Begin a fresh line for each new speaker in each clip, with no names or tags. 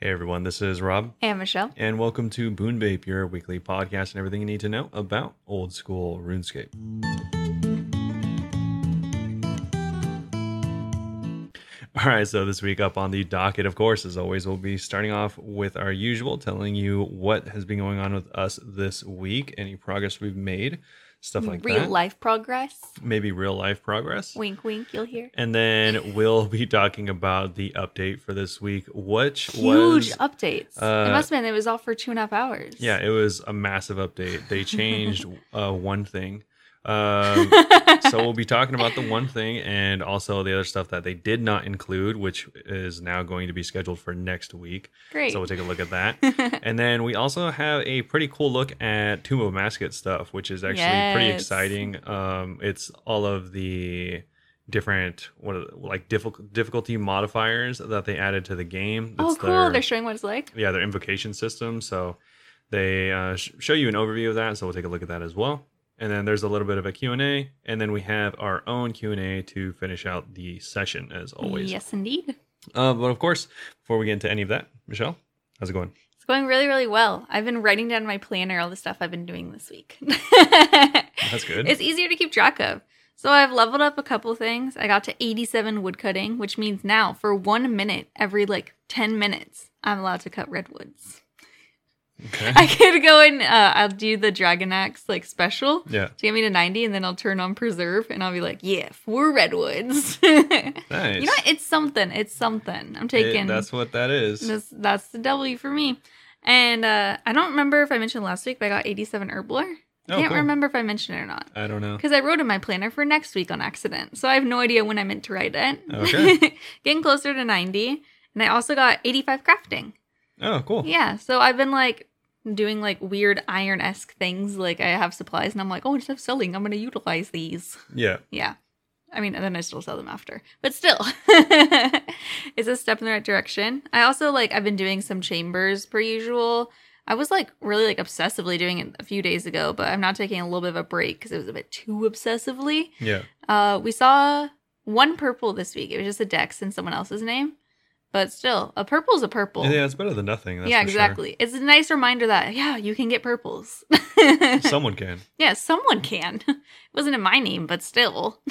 Hey everyone, this is Rob,
And Michelle.
and welcome to Boon Bape, your weekly podcast and everything you need to know about old school RuneScape. All right, so this week up on the docket, of course, as always, we'll be starting off with our usual, telling you what has been going on with us this week, any progress we've made, stuff like
Real
that,
life progress.
maybe real life progress.
Wink, wink, you'll hear.
and then we'll be talking about the update for this week, which
Huge
was
updates.
uh,
it must have been, it was all for two and a half hours.
Yeah, it was a massive update. They changed uh, one thing. Um, so we'll be talking about the one thing and also the other stuff that they did not include, which is now going to be scheduled for next week.
Great.
So we'll take a look at that. and then we also have a pretty cool look at Tomb of Mascot stuff, which is actually pretty
Yes.
exciting. Um, it's all of the different what are the- like difficult difficulty modifiers that they added to the game.
oh,
It's
cool.
their-
They're showing what it's like.
yeah, their invocation system. So they uh, sh- show you an overview of that. So we'll take a look at that as well. And then there's a little bit of a Q&A. And then we have our own Q&A to finish out the session as always.
Yes, indeed.
Uh, but of course, before we get into any of that, Michelle, how's it going?
It's going really, really well. I've been writing down in my planner all the stuff I've been doing this week.
That's good.
It's easier to keep track of. So I've leveled up a couple things. I got to 87 woodcutting, which means now for one minute every like 10 minutes, I'm allowed to cut redwoods.
Okay.
I could go and uh, I'll do the Dragon Axe like special
yeah.
to get me to 90, and then I'll turn on Preserve and I'll be like, yeah, four redwoods. you know,
Nice.
what? it's something. It's something. I'm
It-
taking
that's what that is.
this, that's the W for me. And uh, I don't remember if I mentioned last week, but I got 87 Herblore. I
Oh,
can't
cool.
remember if I mentioned it or not.
I don't know.
Because I wrote in my planner for next week on accident. So I have no idea when I meant to write it.
Okay.
Getting closer to 90. And I also got 85 crafting.
Oh, cool.
Yeah. So I've been like doing like weird iron esque things. Like I have supplies and I'm like, oh, instead of selling, I'm going to utilize these.
Yeah.
Yeah. I mean, and then I still sell them after, but still, it's a step in the right direction. I also like, I've been doing some chambers per usual. I was like really like obsessively doing it a few days ago, but I'm now taking a little bit of a break because it was a bit too obsessively.
Yeah.
Uh, we saw one purple this week. It was just a dex in someone else's name, but still, a purple's a purple
Yeah, it's better than nothing. That's
yeah,
for sure.
exactly. It's a nice reminder that yeah, you can get purples.
Someone can.
yeah, someone can. It wasn't in my name, but still.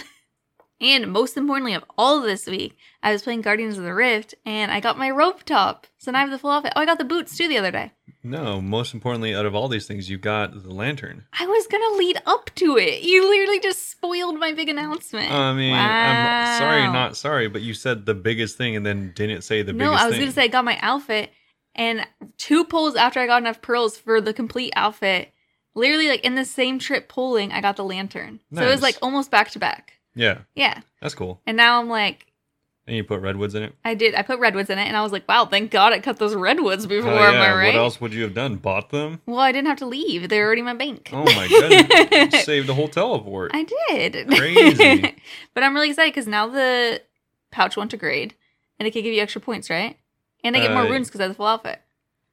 And most importantly of all this week, I was playing Guardians of the Rift and I got my rope top. So now I have the full outfit. Oh, I got the boots too the other day.
No, most importantly, out of all these things, you got the lantern.
I was gonna lead up to it. You literally just spoiled my big announcement.
I mean, I'm sorry,
Wow.
not sorry, but you said the biggest thing and then didn't say the
no,
biggest
I was
thing.
gonna say I got my outfit, and two polls after I got enough pearls for the complete outfit, literally like in the same trip polling, I got the lantern. So it
Nice.
was like almost back to back.
Yeah,
Yeah,
that's cool.
and now I'm like,
And you put redwoods in it.
I did. I put redwoods in it, and I was like, wow, thank God I cut those redwoods before.
Hell
Am I right?
What else would you have done? Bought them?
Well, I didn't have to leave. They're already in my bank.
Oh my goodness! you saved the whole teleport.
I did.
Crazy.
but I'm really excited because now the pouch won't degrade, and it can give you extra points, right? And I get more
Uh,
runes because I have the full outfit.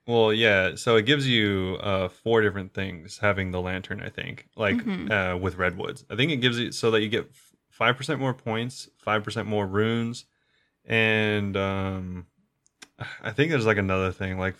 Well, yeah. So it gives you uh, four different things having the lantern. I think, like
Mhm.
uh, with redwoods, I think it gives you so that you get five percent more points, five percent more runes, and um, I think there's like another thing, like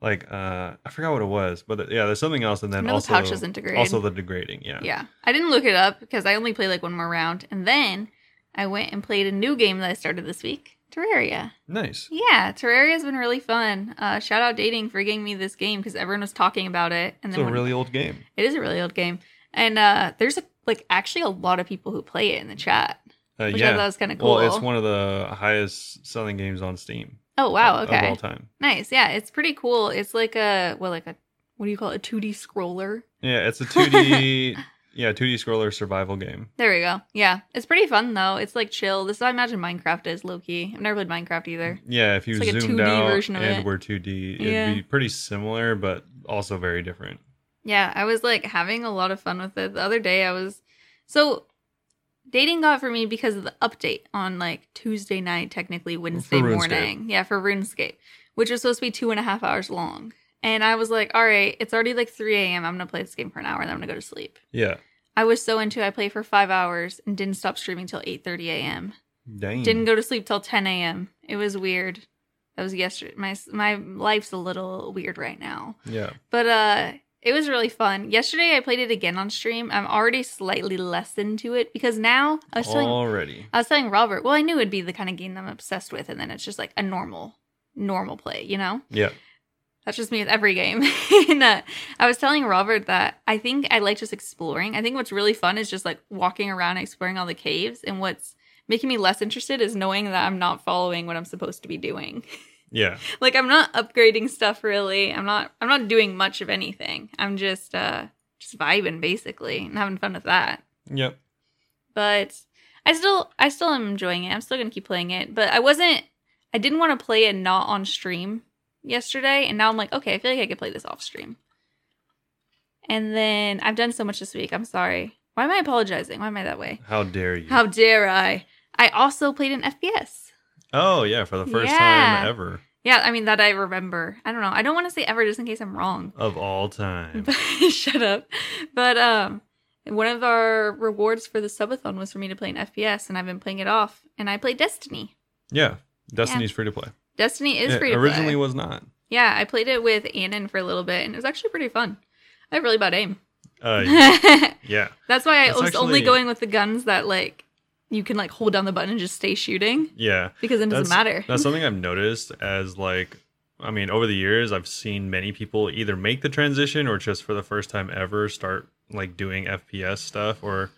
like uh, I forgot what it was, but uh, yeah, there's something else, and then
I know
also
the pouch doesn't degrade.
also the degrading. Yeah.
Yeah. I didn't look it up because I only played like one more round. And then I went and played a new game that I started this week Terraria.
Nice.
Yeah, Terraria's been really fun. Uh, shout out dating for getting me this game because everyone was talking about it. And
It's
then
a
when-
really old game.
it is a really old game. And uh, there's like actually a lot of people who play it in the chat,
Uh,
which I
yeah.
thought was kind of cool.
Well, it's one of the highest selling games on Steam.
oh, wow.
of-
Okay.
Of all time.
nice. Yeah, it's pretty cool. It's like a, well, like a, what do you call it? A 2D scroller.
Yeah, it's a 2D. yeah, 2D scroller survival game.
There we go. Yeah. It's pretty fun though. It's like chill. This is how I imagine Minecraft is, low key. I've never played Minecraft either.
Yeah, if you
It's like a
zoomed
2D
out
version of
and
it.
were 2D, it'd
Yeah.
be pretty similar, but also very different.
Yeah, I was like having a lot of fun with it. The other day I was so dating got for me because of the update on like Tuesday night, technically Wednesday
RuneScape.
morning. Yeah, for RuneScape, which was supposed to be two and a half hours long. And I was like, all right, it's already like 3 a.m. I'm gonna play this game for an hour and then I'm gonna go to sleep.
Yeah.
I was so into it, I played for five hours and didn't stop streaming till 8 30 a.m.
Dang.
Didn't go to sleep till 10 a.m. It was weird. That was yesterday. My my life's a little weird right now,
Yeah.
but uh, it was really fun. Yesterday I played it again on stream. I'm already slightly less into it because now I was
Oh.
telling
Already.
I was telling Robert. Well, I knew it'd be the kind of game that I'm obsessed with, and then it's just like a normal normal play, you know.
Yeah.
That's just me with every game. and, uh, I was telling Robert that I think I like just exploring. I think what's really fun is just like walking around and exploring all the caves. And what's making me less interested is knowing that I'm not following what I'm supposed to be doing.
Yeah.
like I'm not upgrading stuff really. I'm not. I'm not doing much of anything. I'm just uh just vibing basically and having fun with that.
Yep.
But I still I still am enjoying it. I'm still gonna keep playing it. But I wasn't. I didn't want to play it not on stream yesterday, and now I'm like, okay, I feel like I could play this off stream. And then I've done so much this week. I'm sorry. Why am I apologizing? Why am I that way?
How dare you?
How dare I? I also played an FPS.
oh yeah, for the first
Yeah.
time ever
Yeah, I mean that I remember. I don't know. I don't want to say ever just in case I'm wrong.
of all time.
But, shut up. But um one of our rewards for the subathon was for me to play an FPS and I've been playing it off and I played Destiny.
yeah. Destiny's free to play.
Destiny is
It
free to
originally
play.
was not.
Yeah, I played it with Annan for a little bit and it was actually pretty fun. I have really bad aim.
Uh, yeah.
That's why I
That's
was
actually-
only going with the guns that like you can like hold down the button and just stay shooting
Yeah.
because it doesn't matter.
That's something I've noticed as like I mean, over the years I've seen many people either make the transition or just for the first time ever start like doing FPS stuff or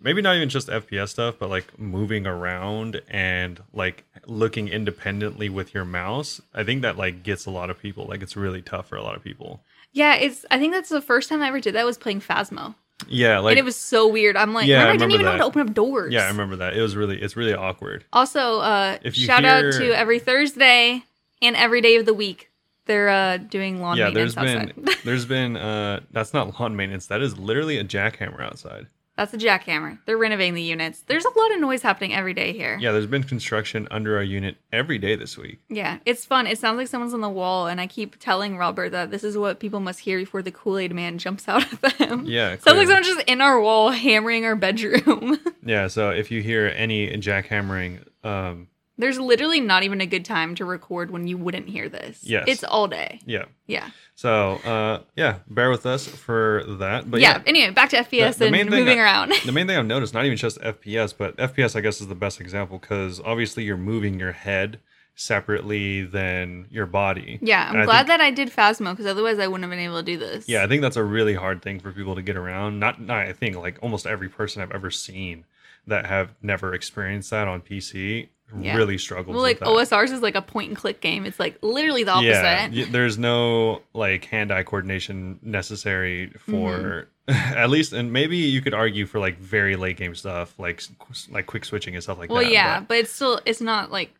maybe not even just FPS stuff, but like moving around and like looking independently with your mouse. I think that like gets a lot of people. Like it's really tough for a lot of people.
yeah, it's I think that's the first time I ever did that was playing Phasmo.
Yeah, like
and it was so weird. I'm like,
Yeah,
man,
I
I, didn't
remember
even know how to
that.
open up doors.
Yeah, I remember that. It was really it's really awkward.
Also, uh,
If you
shout out
hear-
to every Thursday and every day of the week. They're uh, doing lawn
yeah, there's
maintenance
been
outside.
there's been uh that's not lawn maintenance. That is literally a jackhammer outside.
That's a jackhammer. They're renovating the units. There's a lot of noise happening every day here.
Yeah, there's been construction under our unit every day this week.
Yeah, it's fun. It sounds like someone's on the wall, and I keep telling Robert that this is what people must hear before the Kool Aid Man jumps out of them.
Yeah,
Sounds like
clearly.
someone's just in our wall hammering our bedroom.
Yeah, so if you hear any jackhammering, um,
There's literally not even a good time to record when you wouldn't hear this.
Yes.
It's all day.
yeah.
Yeah.
So uh, yeah, bear with us for that. But
yeah.
yeah,
Anyway, back to FPS
the
and
main thing
moving
that-
around.
the main thing I've noticed, not even just FPS, but FPS, I guess, is the best example because obviously you're moving your head separately than your body.
Yeah, I'm
And I
glad
think-
that I did Phasmo because otherwise I wouldn't have been able to do this.
Yeah, I think that's a really hard thing for people to get around. Not, not I think like almost every person I've ever seen that have never experienced that on PC
Yeah.
really struggles.
Well,
with
like
that.
OSRs is like a point and click game. It's like literally the opposite.
y- there's no like hand-eye coordination necessary for
Mm-hmm.
at least, and maybe you could argue for like very late game stuff, like s- qu- like quick switching and stuff like
well,
that.
yeah, but it's still it's not like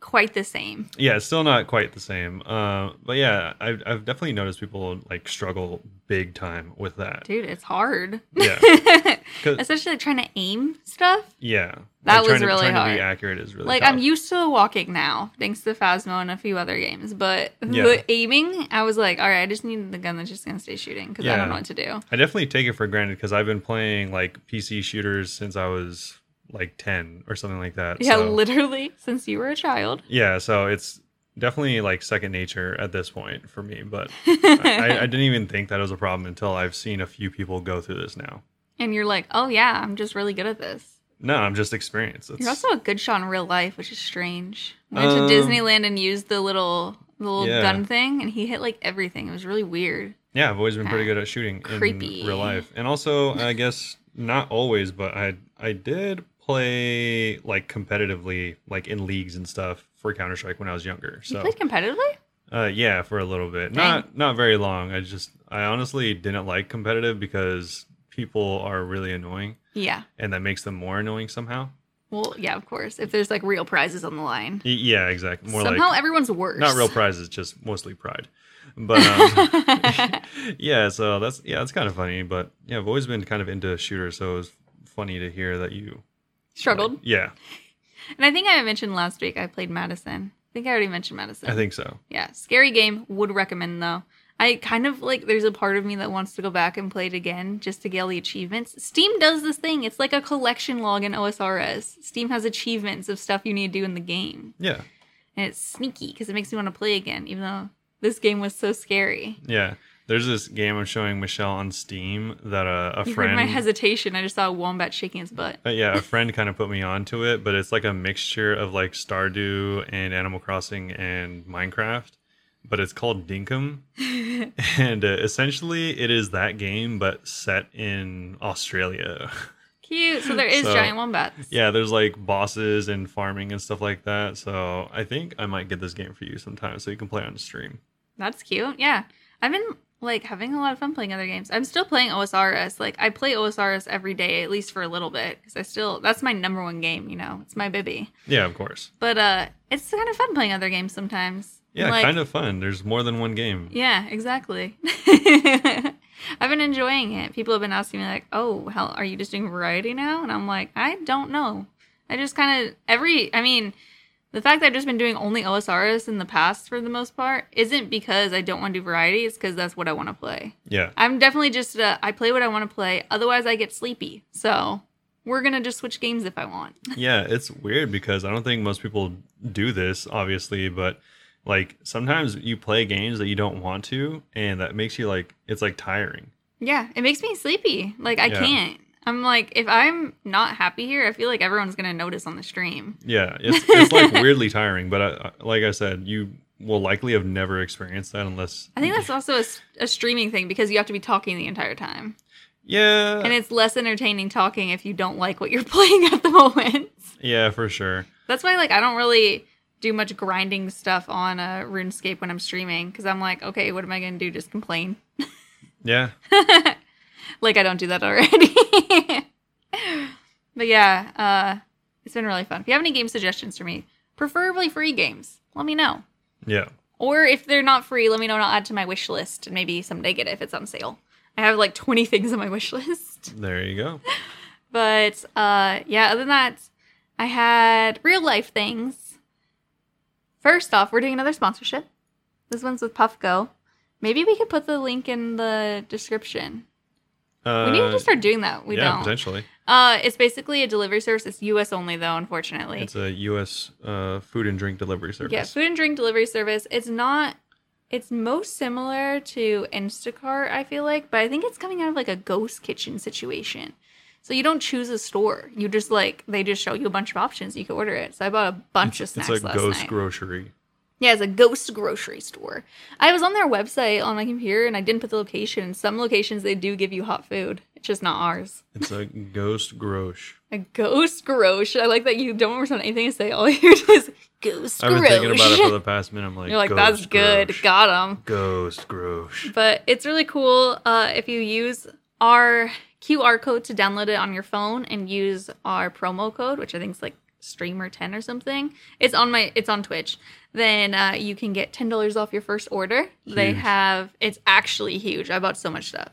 quite the same.
but yeah, it's still not quite the same. Uh, but yeah, I've, I've definitely noticed people like struggle big time with that.
Dude, it's hard.
Yeah, 'Cause-
Especially like trying to aim stuff.
yeah,
That was
trying to,
really
trying to
hard.
be accurate is really
Like
tough.
I'm used to walking now, thanks to Phasmo and a few other games. But
Yeah.
the aiming, I was like, all right, I just need the gun that's just gonna stay shooting because I
Yeah.
don't know what to do.
I definitely take it for granted because I've been playing like PC shooters since I was like ten or something like that.
Yeah,
so-
literally since you were a child.
yeah so it's definitely like second nature at this point for me but I, I didn't even think that was a problem until i've seen a few people go through this now
and you're like, oh yeah, I'm just really good at this.
no i'm just experienced it's,
You're also a good shot in real life, which is strange. Went to
Um,
Disneyland and used the little the little
yeah.
gun thing, and he hit like everything. It was really weird.
yeah i've always been pretty good at shooting
Creepy.
in real life and also i guess not always but i i did play like competitively like in leagues and stuff for counter-strike when i was younger
You
so
played competitively?
Uh, yeah, for a little bit. Not not very long. I just I honestly didn't like competitive because people are really annoying,
Yeah.
and that makes them more annoying somehow.
Well, yeah, of course. If there's like real prizes on the line,
Y- Yeah, exactly. More
somehow
like
everyone's worse.
not real prizes, just mostly pride. But um, yeah, so that's yeah, that's kind of funny. But yeah, I've always been kind of into shooters, so it was funny to hear that you
Struggled.
yeah,
And I think I mentioned last week I played Madison. I think I already mentioned Madison.
I think so.
Yeah, scary game. Would recommend though. I kind of like. There's a part of me that wants to go back and play it again just to get all the achievements. Steam does this thing. It's like a collection log in OSRS. Steam has achievements of stuff you need to do in the game,
Yeah,
and it's sneaky because it makes me want to play again, even though this game was so scary.
Yeah. There's this game I'm showing Michelle on Steam that a, a
You
friend.
heard my hesitation. I just saw a wombat shaking its butt.
Uh, yeah, a friend kind of put me onto it, but it's like a mixture of like Stardew and Animal Crossing and Minecraft, but it's called Dinkum. And uh, essentially, it is that game, but set in Australia.
Cute. So there is
So-
giant wombats.
yeah, there's like bosses and farming and stuff like that. So I think I might get this game for you sometime so you can play on stream.
That's cute. Yeah. I've been like having a lot of fun playing other games. I'm still playing OSRS. Like I play OSRS every day, at least for a little bit, because I still that's my number one game. You know, it's my baby.
Yeah, of course.
But uh, it's kind of fun playing other games sometimes.
Yeah,
Like-
kind of fun. There's more than one game.
Yeah, exactly. I've been enjoying it. People have been asking me like, "Oh, hell, are you just doing variety now?" And I'm like, I don't know. I just kind of every. I mean, the fact that I've just been doing only OSRs in the past for the most part isn't because I don't want to do variety. It's because that's what I want to play.
Yeah.
I'm definitely just uh, I play what I want to play. Otherwise, I get sleepy. So we're gonna just switch games if I want.
yeah, it's weird because I don't think most people do this, obviously, but like sometimes you play games that you don't want to, and that makes you like it's like tiring.
Yeah, it makes me sleepy. Like I
Yeah.
can't. I'm like, if I'm not happy here, I feel like everyone's gonna notice on the stream.
Yeah, it's it's like weirdly tiring. But I, I- like I said, you will likely have never experienced that unless
I think that's also a, s- a streaming thing because you have to be talking the entire time.
yeah,
And it's less entertaining talking if you don't like what you're playing at the moment.
yeah, for sure.
That's why like I don't really do much grinding stuff on uh, RuneScape when I'm streaming cuz I'm like, okay, what am I going to do? Just complain.
Yeah,
Like I don't do that already. but yeah, uh it's been really fun. If you have any game suggestions for me, preferably free games, let me know.
yeah,
Or if they're not free, let me know and I'll add to my wish list and maybe someday get it if it's on sale. I have like 20 things on my wish list.
there you go.
But uh yeah, other than that, I had real life things. First off, we're doing another sponsorship. This one's with Puffco. Maybe we could put the link in the description.
Uh,
We need to start doing that. We
yeah,
don't.
potentially.
Uh, it's basically a delivery service. It's U.S. only though, unfortunately.
It's a U.S. Uh, food and drink delivery service.
Yeah, food and drink delivery service. It's not. It's most similar to Instacart, I feel like, but I think it's coming out of like a ghost kitchen situation. So you don't choose a store. You just like they just show you a bunch of options. You can order it. So I bought a bunch of
it's
snacks
a
last
ghost
night.
grocery.
yeah, it's a ghost grocery store. I was on their website on my computer and I didn't put the location. Some locations they do give you hot food. It's just not ours.
It's a ghost grosh.
A ghost grosh. I like that you don't respond to anything I say. All you do is ghost
I've been thinking about it for
grosh.
the past minute. I'm like,
You're like,
"Ghost
that's good.
grosh.
Got him.
Ghost Grosh.
But it's really cool uh, if you use our QR code to download it on your phone and use our promo code, which I think is like streamer 10 or something. It's on my it's on Twitch. Then uh, you can get $10 off your first order. They
Huge.
have it's actually huge. I bought so much stuff.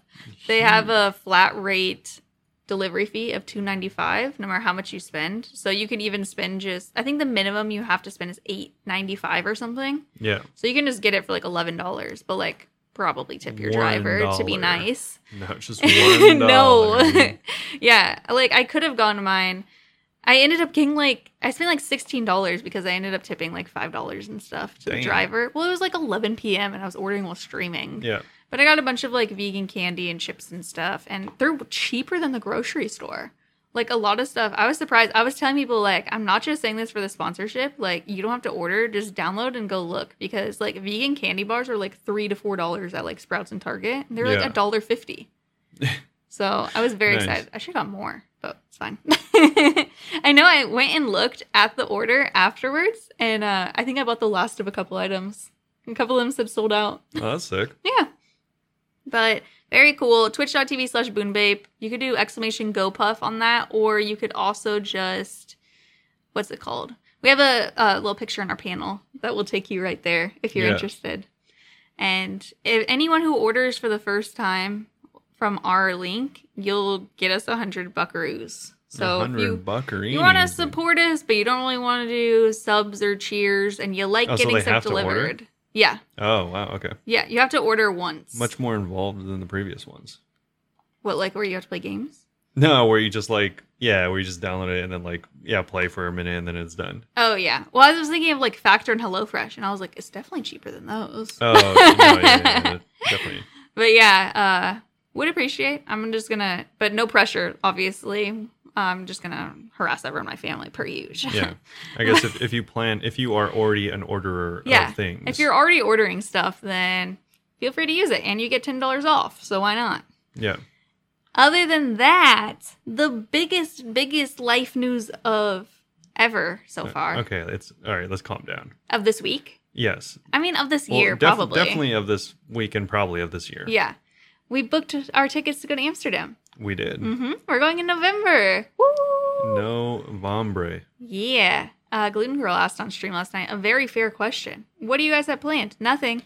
They have a flat rate delivery fee of 295 no matter how much you spend. So you can even spend just I think the minimum you have to spend is 895 or something.
Yeah.
So you can just get it for like eleven dollars, but like probably tip your
One
driver to be
dollar.
nice.
No, it's just one dollar.
no, yeah, like I could have gone to mine. I ended up getting like I spent like sixteen dollars because I ended up tipping like five dollars and stuff to
Damn.
the driver. Well, it was like eleven p.m. and I was ordering while streaming.
yeah.
But I got a bunch of like vegan candy and chips and stuff, and they're cheaper than the grocery store. Like a lot of stuff. I was surprised. I was telling people like I'm not just saying this for the sponsorship. Like you don't have to order, just download and go look because like vegan candy bars are like three to four dollars at like Sprouts and Target. And they're
Yeah.
like a dollar fifty. so I was very
Nice.
excited. I should have got more, but it's fine. I know I went and looked at the order afterwards, and uh, I think I bought the last of a couple items. A couple of them said sold out.
Oh, that's sick.
Yeah. But very cool. Twitch.tv slash boonbape. You could do exclamation go puff on that, or you could also just what's it called? We have a, uh little picture on our panel that will take you right there if you're
Yeah.
interested. And if anyone who orders for the first time from our link, you'll get us a hundred buckaroos. So if
100
you
buckarini.
you want to support us, but you don't really want to do subs or cheers, and you like
Oh, so
getting
they have
stuff
to order?
delivered. Yeah,
Oh, wow. Okay.
yeah, you have to order once.
Much more involved than the previous ones.
What, like where you have to play games?
No, where you just like yeah, where you just download it and then like yeah, play for a minute and then it's done.
Oh yeah. Well, I was thinking of like Factor and HelloFresh, and I was like, it's definitely cheaper than those.
Oh, no, yeah, yeah, yeah, definitely.
But yeah, uh, would appreciate. I'm just gonna, but no pressure, obviously. I'm just gonna harass everyone in my family per usual.
Yeah, I guess if, if you plan, if you are already an orderer
Yeah,
of things,
if you're already ordering stuff, then feel free to use it, and you get ten dollars off. So why not?
yeah,
Other than that, the biggest, biggest life news of ever so far
Uh, okay, it's all right. Let's calm down.
of this week.
Yes,
I mean, of this
Well,
year,
def-
probably.
definitely of this week and probably of this year.
Yeah. We booked our tickets to go to Amsterdam.
we did.
hmm We're going in November. Woo!
Mm-hmm. No vombre.
Yeah. Uh, Gluten Girl asked on stream last night a very fair question. What do you guys have planned? Nothing.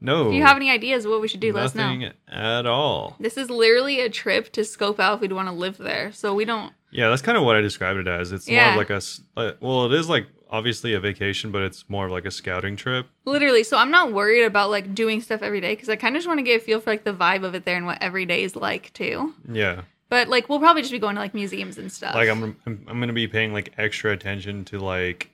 No.
If you have any ideas of what we should do, let us
nothing
know.
at all.
This is literally a trip to scope out if we'd want to live there. So we don't.
Yeah, that's kind of what I described it as. It's more
Yeah.
of like a s- uh, well, it is like obviously a vacation, but it's more of like a scouting trip.
Literally, so I'm not worried about like doing stuff every day because I kind of just want to get a feel for like the vibe of it there and what every day is like too.
Yeah,
But like we'll probably just be going to like museums and stuff.
like I'm I'm, I'm going to be paying like extra attention to like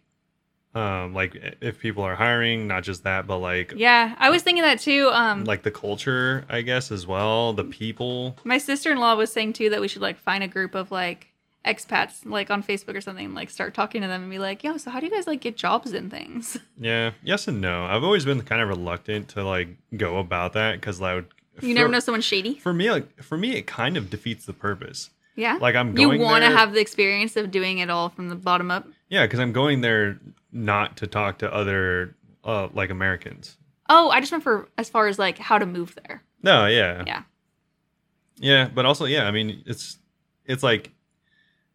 um like if people are hiring, not just that, but like
Yeah, I was thinking that too. Um,
like the culture, I guess as well, the people.
My sister in law was saying too that we should like find a group of like expats like on Facebook or something, and, like start talking to them and be like, yo, so how do you guys like get jobs and things?
Yeah, yes and no. I've always been kind of reluctant to like go about that because I would.
You never
for-
know someone shady.
For me, like for me, it kind of defeats the purpose.
Yeah.
Like I'm
you
going.
want to
there-
have the experience of doing it all from the bottom up.
Yeah, because I'm going there not to talk to other uh like Americans.
Oh, I just meant for as far as like how to move there.
No, yeah.
Yeah.
Yeah, but also yeah, I mean it's it's like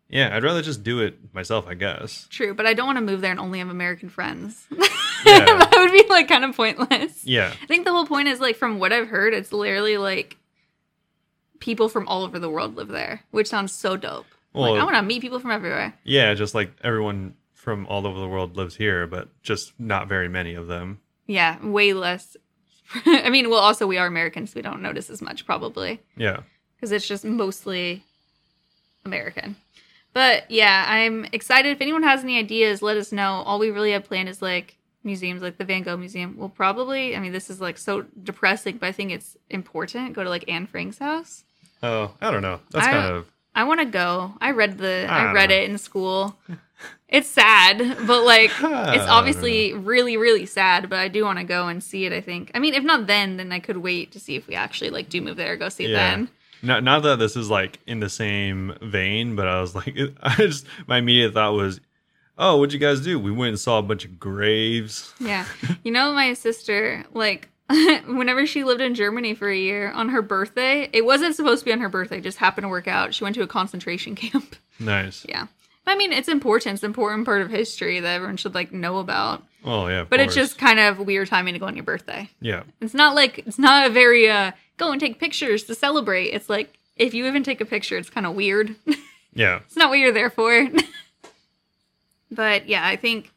yeah, I'd rather just do it myself, I guess.
True, but I don't want to move there and only have American friends.
Yeah.
that would be like kind of pointless.
Yeah.
I think the whole point is like from what I've heard, it's literally like people from all over the world live there, which sounds so dope.
Well,
like I want to meet people from everywhere.
yeah, just like everyone from all over the world lives here, but just not very many of them.
Yeah, way less. I mean, well, also we are Americans, we don't notice as much probably
Yeah.
because it's just mostly American. But yeah, I'm excited. If anyone has any ideas, let us know. All we really have planned is like museums, like the Van Gogh Museum. We'll probably, I mean, this is like so depressing, but I think it's important. Go to like Anne Frank's house.
Oh, I don't know. That's
I-
kind of
I want to go. I read the
I
I,
don't
read
know.
it in school. It's sad, but like
I
it's
don't
obviously really really sad, but I do want to go and see it, I think. I mean, if not then, then I could wait to see if we actually like do move there or go see it
Yeah.
then.
not not that this is like in the same vein, but I was like I just my immediate thought was, "Oh, what'd you guys do? We went and saw a bunch of graves."
Yeah. You know my sister like whenever she lived in Germany for a year on her birthday, it wasn't supposed to be on her birthday, it just happened to work out. She went to a concentration camp.
Nice.
yeah. I mean, it's important. It's an important part of history that everyone should like know about.
Oh yeah. of
But it's
course.
just kind of weird timing to go on your birthday.
yeah.
It's not like it's not a very uh go and take pictures to celebrate. It's like if you even take a picture, it's kind of weird. it's
Yeah.
not what you're there for. but yeah, I think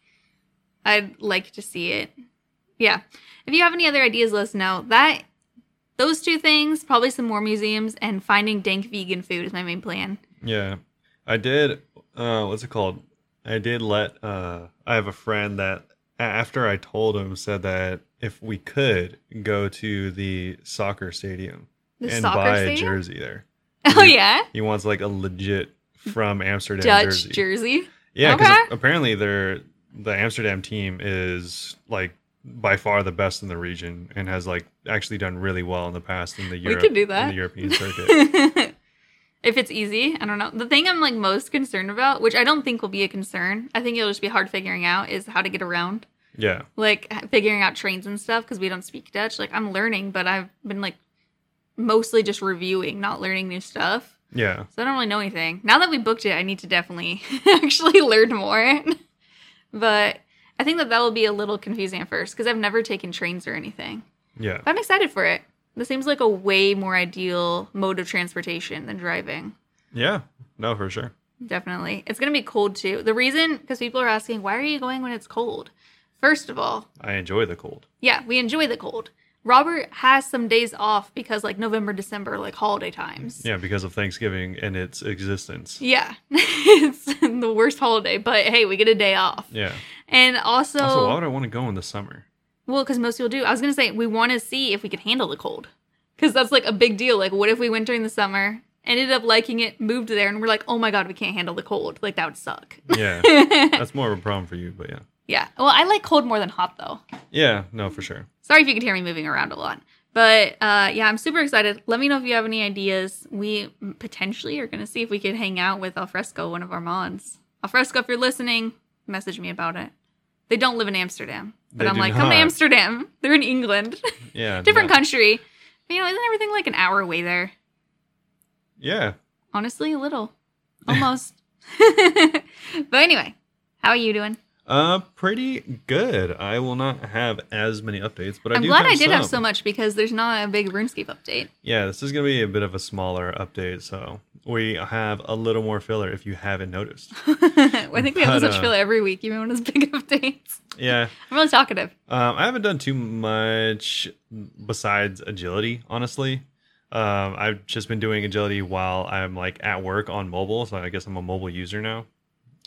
I'd like to see it. Yeah. If you have any other ideas, let us know. That those two things, probably some more museums and finding dank vegan food is my main plan.
Yeah. I did uh what's it called? I did let uh I have a friend that a- after I told him said that if we could go to the soccer stadium
The
and
soccer
buy a
stadium.
jersey there.
oh yeah,
He wants like a legit from Amsterdam
Dutch
jersey.
jersey.
Yeah, because
Okay.
apparently they're the Amsterdam team is like by far the best in the region and has like actually done really well in the past in the Europe
could do
in
that.
the European circuit.
if it's easy, I don't know. The thing I'm like most concerned about, which I don't think will be a concern, I think it'll just be hard figuring out, is how to get around,
yeah.
like h- figuring out trains and stuff because we don't speak Dutch. Like I'm learning, but I've been like mostly just reviewing, not learning new stuff.
Yeah.
So I don't really know anything. Now that we booked it, I need to definitely actually learn more. but I think that that will be a little confusing at first because I've never taken trains or anything.
Yeah.
But I'm excited for it. This seems like a way more ideal mode of transportation than driving.
Yeah. No, for sure.
Definitely. It's going to be cold too. The reason, because people are asking, why are you going when it's cold? First of all,
I enjoy the cold.
yeah, we enjoy the cold. Robert has some days off because like November, December, like holiday times.
Yeah, because of Thanksgiving and its existence.
Yeah. it's the worst holiday, but hey, we get a day off.
Yeah.
And also,
also, why would I want to go in the summer?
well, because most people do. I was going to say, we want to see if we could handle the cold because that's like a big deal. Like, what if we went during the summer, ended up liking it, moved there, and we're like, oh my God, we can't handle the cold? Like, that would suck.
Yeah. That's more of a problem for you, but yeah.
yeah. Well, I like cold more than hot though.
Yeah, no, for sure.
Sorry if you could hear me moving around a lot. But uh, yeah, I'm super excited. Let me know if you have any ideas. We potentially are going to see if we could hang out with Alfresco, one of our mons. Alfresco, if you're listening, message me about it. They don't live in Amsterdam. But
They
I'm
do
like, come
not.
to Amsterdam. They're in England,
Yeah.
different
no-
country. But, you know, isn't everything like an hour away there?
Yeah.
Honestly, a little. Almost. but anyway, how are you doing?
Uh, pretty good. I will not have as many updates, but I
I'm
do
glad
have
I did
some.
have so much because there's not a big RuneScape update.
Yeah, this is gonna be a bit of a smaller update, so we have a little more filler if you haven't noticed.
I think we have
But,
such
uh,
filler every week, even when it's big updates.
yeah,
I'm really talkative.
um, I haven't done too much besides agility, honestly. Um, I've just been doing agility while I'm like at work on mobile, so I guess I'm a mobile user now.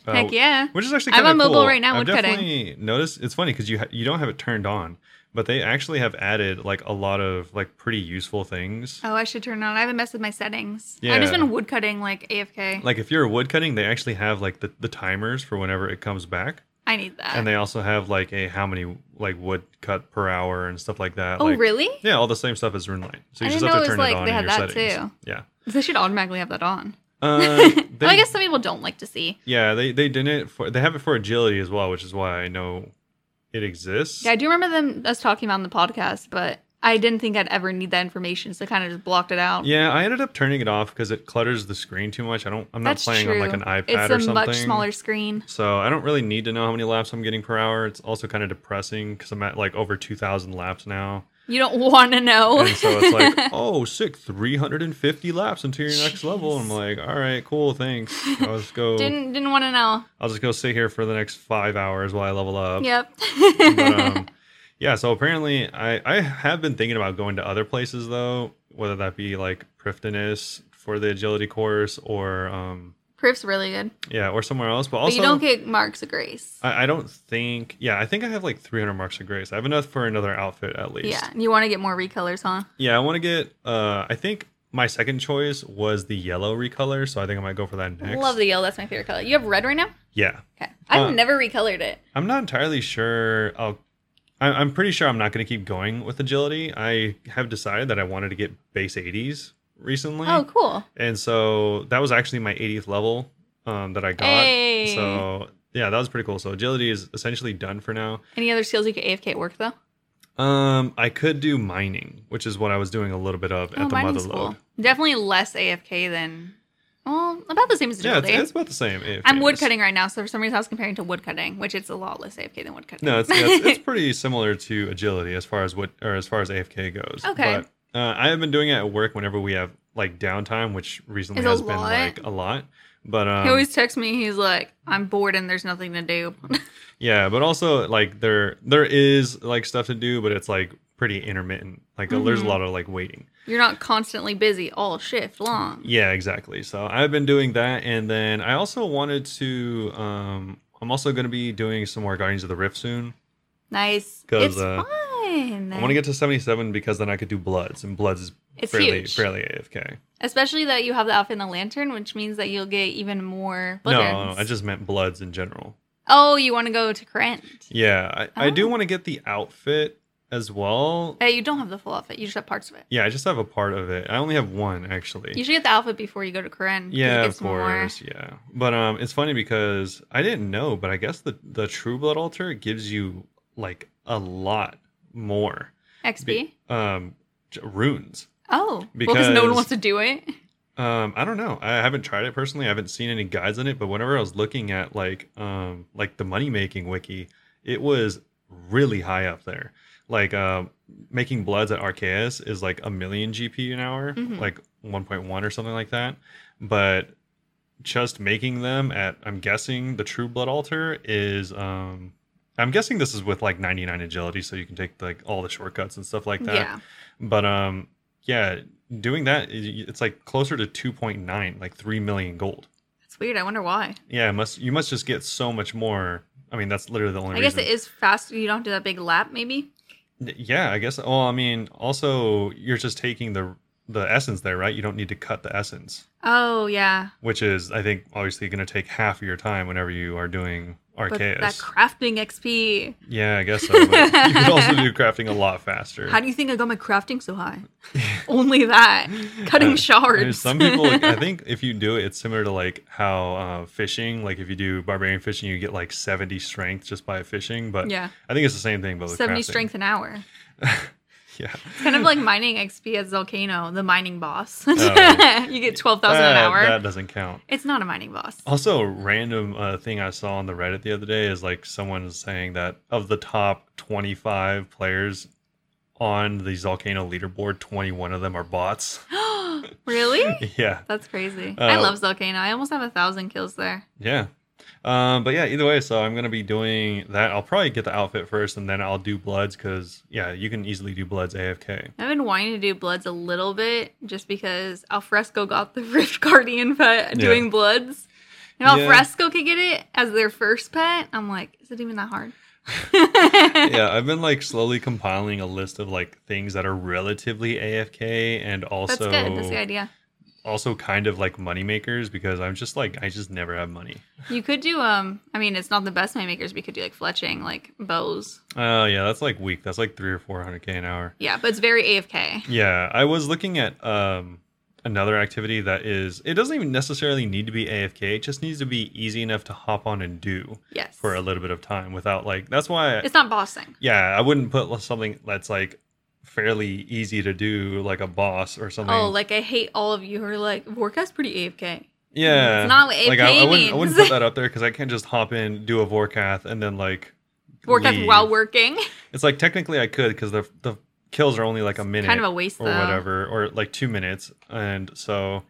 Uh,
Heck yeah.
Which is actually
I'm
kinda
on mobile
cool.
right now
I've
woodcutting.
definitely noticed it's funny because you ha- you don't have it turned on, but they actually have added like a lot of like pretty useful things.
Oh, I should turn it on. I haven't messed with my settings. I've
Yeah.
just been woodcutting like AFK.
Like if you're woodcutting, they actually have like the, the timers for whenever it comes back,
I need that.
and they also have like a how many like wood cut per hour and stuff like that.
oh,
like,
really?
Yeah, all the same stuff as RuneLite. So
I
you just have
didn't know
to
it was
turn
like
it on
they
in
had
your
that
settings.
too.
Yeah.
They should automatically have that on.
Uh, they,
well, I guess some people don't like to see.
Yeah, they they didn't it for they have it for agility as well, which is why I know it exists.
Yeah, I do remember them us talking about it in the podcast, but I didn't think I'd ever need that information, so kind of just blocked it out.
Yeah, I ended up turning it off because it clutters the screen too much. I don't. I'm not
That's
playing
true.
on like an iPad
it's
or
a
something.
much smaller screen.
So I don't really need to know how many laps I'm getting per hour. It's also kind of depressing because I'm at like over 2,000 laps now,
You don't want to know.
and so it's like, oh, sick, 350 laps until your next level. And I'm like, all right, cool, thanks. I'll just go.
didn't didn't want to know.
I'll just go sit here for the next five hours while I level up.
Yep.
But, um, yeah. So apparently, I I have been thinking about going to other places though, whether that be like Priftinus for the agility course or um
Proof's really good,
Yeah, or somewhere else. But
but
also, uh,
you don't get marks of grace.
I, I don't think. Yeah, I think I have like 300 marks of grace. I have enough for another outfit at least.
Yeah, you want to get more recolors, huh?
Yeah, I want to get. Uh, I think my second choice was the yellow recolor, so I think I might go for that next.
Love the yellow. That's my favorite color. You have red right now?
Yeah,
Okay. I've
Uh,
never recolored it.
I'm not entirely sure. I'll. I- I'm pretty sure I'm not going to keep going with agility. I have decided that I wanted to get base 80s recently,
Oh, cool.
and so that was actually my 80th level um, that I got.
Hey.
So yeah, that was pretty cool. So agility is essentially done for now.
Any other skills you could AFK at work, though?
Um, I could do mining, which is what I was doing a little bit of at
oh,
the mother
mining's
load.
cool. Definitely less AFK than, well, about the same as
Yeah,
agility.
it's, it's about the same. if it
I'm
is.
woodcutting right now, so for some reason I was comparing to woodcutting, which it's a lot less AFK than woodcutting.
No, it's, it's it's pretty similar to agility as far as what or as far as AFK goes.
Okay.
But, uh, I have been doing it at work whenever we have like downtime, which recently
Is a
has been
lot.
like a lot. But um,
he always texts me. He's like, "I'm bored and there's nothing to do."
yeah, but also like there there is like stuff to do, but it's like pretty intermittent. Like uh, there's a
Mhm.
lot of like waiting.
You're not constantly busy all shift long.
Yeah, exactly. So I've been doing that, and then I also wanted to. Um, I'm also going to be doing some more Guardians of the Rift soon.
Nice.
'Cause,
It's
uh,
fun.
I want to get to 77 because then I could do Bloods, and Bloods is
It's
fairly
huge.
fairly AFK.
Especially that you have the outfit and the lantern, which means that you'll get even more.
No,
Bludgeons.
no, I just meant Bloods in general.
Oh, you want to go to Krent?
Yeah, I, I do
Oh.
want to get the outfit as well.
Uh, you don't have the full outfit. You just have parts of it.
Yeah, I just have a part of it. I only have one
You
actually.
should get the outfit before you go to Krent. 'cause it
Yeah, of
gets more-
course. Yeah, but um, it's funny because I didn't know, but I guess the the True Blood altar gives you like a lot more.
XP.
um j- runes
oh, because no one
because-
wants to do it.
um i don't know i haven't tried it personally i haven't seen any guides on it but whenever i was looking at like um like the money making wiki it was really high up there like um making bloods at arceus is like a million gp an hour
Mhm.
like 1.1 or something like that but just making them at i'm guessing the true blood altar is um I'm guessing this is with like 99 agility, so you can take like all the shortcuts and stuff like that.
yeah.
But um, yeah, doing that, i- it's like closer to 2.9, like 3 million gold.
It's weird. I wonder why.
Yeah, it must you must just get so much more. I mean, that's literally the only.
I guess
reason.
it is fast. You don't do that big lap, maybe.
N- Yeah, I guess. Well, I mean, also you're just taking the the essence there, right? You don't need to cut the essence,
Oh yeah,
which is, I think, obviously going to take half of your time whenever you are doing
but
Arceus.
that crafting XP.
yeah, I guess so. But you could also do crafting a lot faster.
How do you think I got my crafting so high? Only that cutting
Uh,
shards.
There's some people, like, I think, if you do it, it's similar to like how uh, fishing. Like if you do barbarian fishing, you get like 70 strength just by fishing. But
yeah,
I think it's the same thing. But with
seventy
crafting.
strength an hour.
yeah,
It's kind of like mining XP at Volcano, the mining boss.
Oh.
you get twelve thousand an
That-
hour.
That doesn't count.
It's not a mining boss.
Also, a random uh, thing I saw on the Reddit the other day is like someone is saying that of the top 25 players on the Volcano leaderboard, 21 of them are bots.
really?
yeah,
That's crazy. I
Uh,
love Volcano. I almost have a thousand kills there.
yeah. Um, but yeah, either way, so I'm gonna be doing that. I'll probably get the outfit first, and then I'll do Bloods because yeah, you can easily do Bloods AFK.
I've been wanting to do Bloods a little bit just because Alfresco got the Rift Guardian pet
Yeah.
doing Bloods. If
Yeah.
Alfresco could get it as their first pet, I'm like, is it even that hard?
yeah, I've been like slowly compiling a list of like things that are relatively AFK and
That's
also
good. That's the idea.
also kind of like money makers because I'm just like I just never have money.
You could do um I mean it's not the best moneymakers, but you could do like fletching, like bows.
Oh yeah, that's like weak. That's like three or four hundred k an hour.
Yeah, but it's very AFK.
Yeah, I was looking at um another activity that is it doesn't even necessarily need to be AFK. It just needs to be easy enough to hop on and do
Yes.
for a little bit of time without like that's why
it's not bossing.
yeah I wouldn't put something that's like fairly easy to do like a boss or something.
oh, like I hate all of you who are like, Vorka's pretty AFK.
yeah,
It's not what AFK
like I, I wouldn't I wouldn't put
means.
that up there because I can't just hop in do a Vorkath and then like
Vorkath
leave.
while working.
It's like technically I could because the the kills are only like a minute.
kind of a waste
or
though.
whatever, or like two minutes. And so,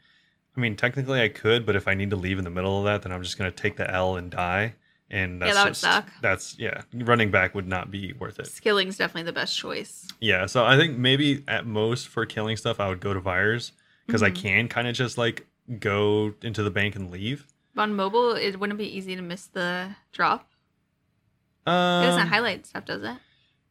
I mean, technically I could, but if I need to leave in the middle of that, then I'm just gonna take the L and die. And
Yeah,
that's
that would
just-
suck.
That's yeah, running back would not be worth it.
Skilling's definitely the best choice.
Yeah, so I think maybe at most for killing stuff, I would go to Vires because
Mhm.
I can kind of just like go into the bank and leave.
On mobile, it wouldn't be easy to miss the drop. It
Um,
doesn't highlight stuff, does it?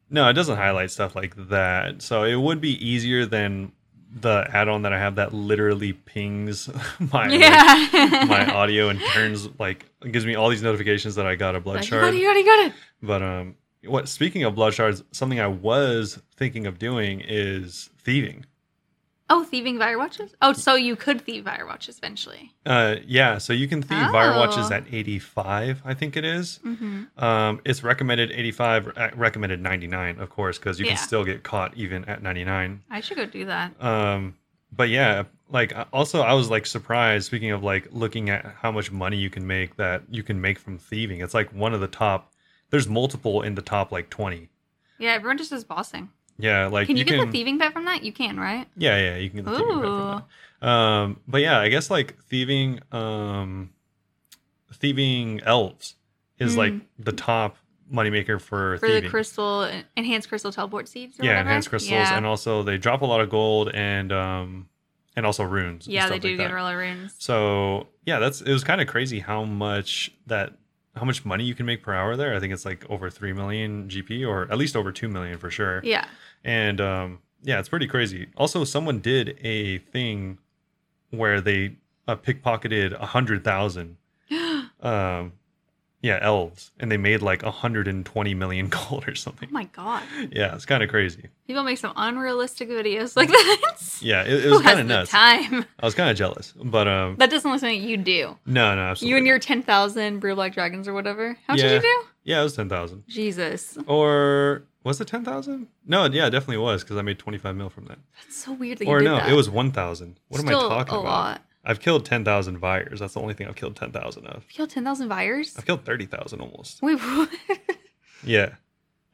No, it doesn't highlight stuff like that. So it would be easier than the add-on that I have that literally pings my like,
yeah.
my audio and turns like it gives me all these notifications that I got a blood
Like, you
shard.
got it, you got it, you got it.
But um, what speaking of blood shards, something I was thinking of doing is thieving.
Oh, thieving fire watches? Oh, so you could thieve fire watches eventually.
Uh, yeah, so you can thieve fire watches
Oh.
at 85, I think it is.
Mm-hmm.
Um, it's recommended 85, uh, recommended 99, of course, because you
Yeah.
can still get caught even at 99.
I should go do that.
Um, but yeah, like I- also I was like surprised. Speaking of like looking at how much money you can make that you can make from thieving, it's like one of the top. There's multiple in the top like twenty.
Yeah, everyone just does bossing.
Yeah, like
can you, get the thieving pet from that? You can, right?
Yeah, yeah, you can get the thieving. credit
Ooh.
from that. Um, but yeah, I guess like thieving, um, thieving elves is like the top moneymaker for,
Hmm. For the
thieving.
crystal, uh, enhanced crystal teleport seeds. Or
yeah,
whatever?
enhanced crystals,
Yeah,
and also they drop a lot of gold and um, and also runes. and
yeah they
stuff
do
like
get
that.
a lot of runes.
So yeah, that's it was kind of crazy how much that how much money you can make per hour there. I think it's like over three million GP or at least over two million for sure.
Yeah.
And um, yeah, it's pretty crazy. Also, someone did a thing where they uh, pickpocketed a hundred thousand,
oh
um, yeah, elves, and they made like a hundred and twenty million gold or something.
my god.
Yeah, it's kind of crazy.
People make some unrealistic videos like that.
Yeah, it, it
Who
was
has
kind of
the
nuts.
Time.
I was kind of jealous, but um,
That doesn't look something you do.
no, no, absolutely.
You and your 10,000 Brew Black Dragons or whatever. How much
Yeah.
did you
yeah, it was ten thousand.
do? Jesus.
or was it 10,000? No, yeah, it definitely was because I made 25 mil from that.
That's so weird that you
or
did
no,
that.
it was 1,000. What am I
Still
talking
a
about?
lot.
I've killed 10,000 Vires. That's the only thing I've killed 10,000 of.
You killed 10,000 Vires?
I've killed 30,000 almost.
Wait, what?
Yeah.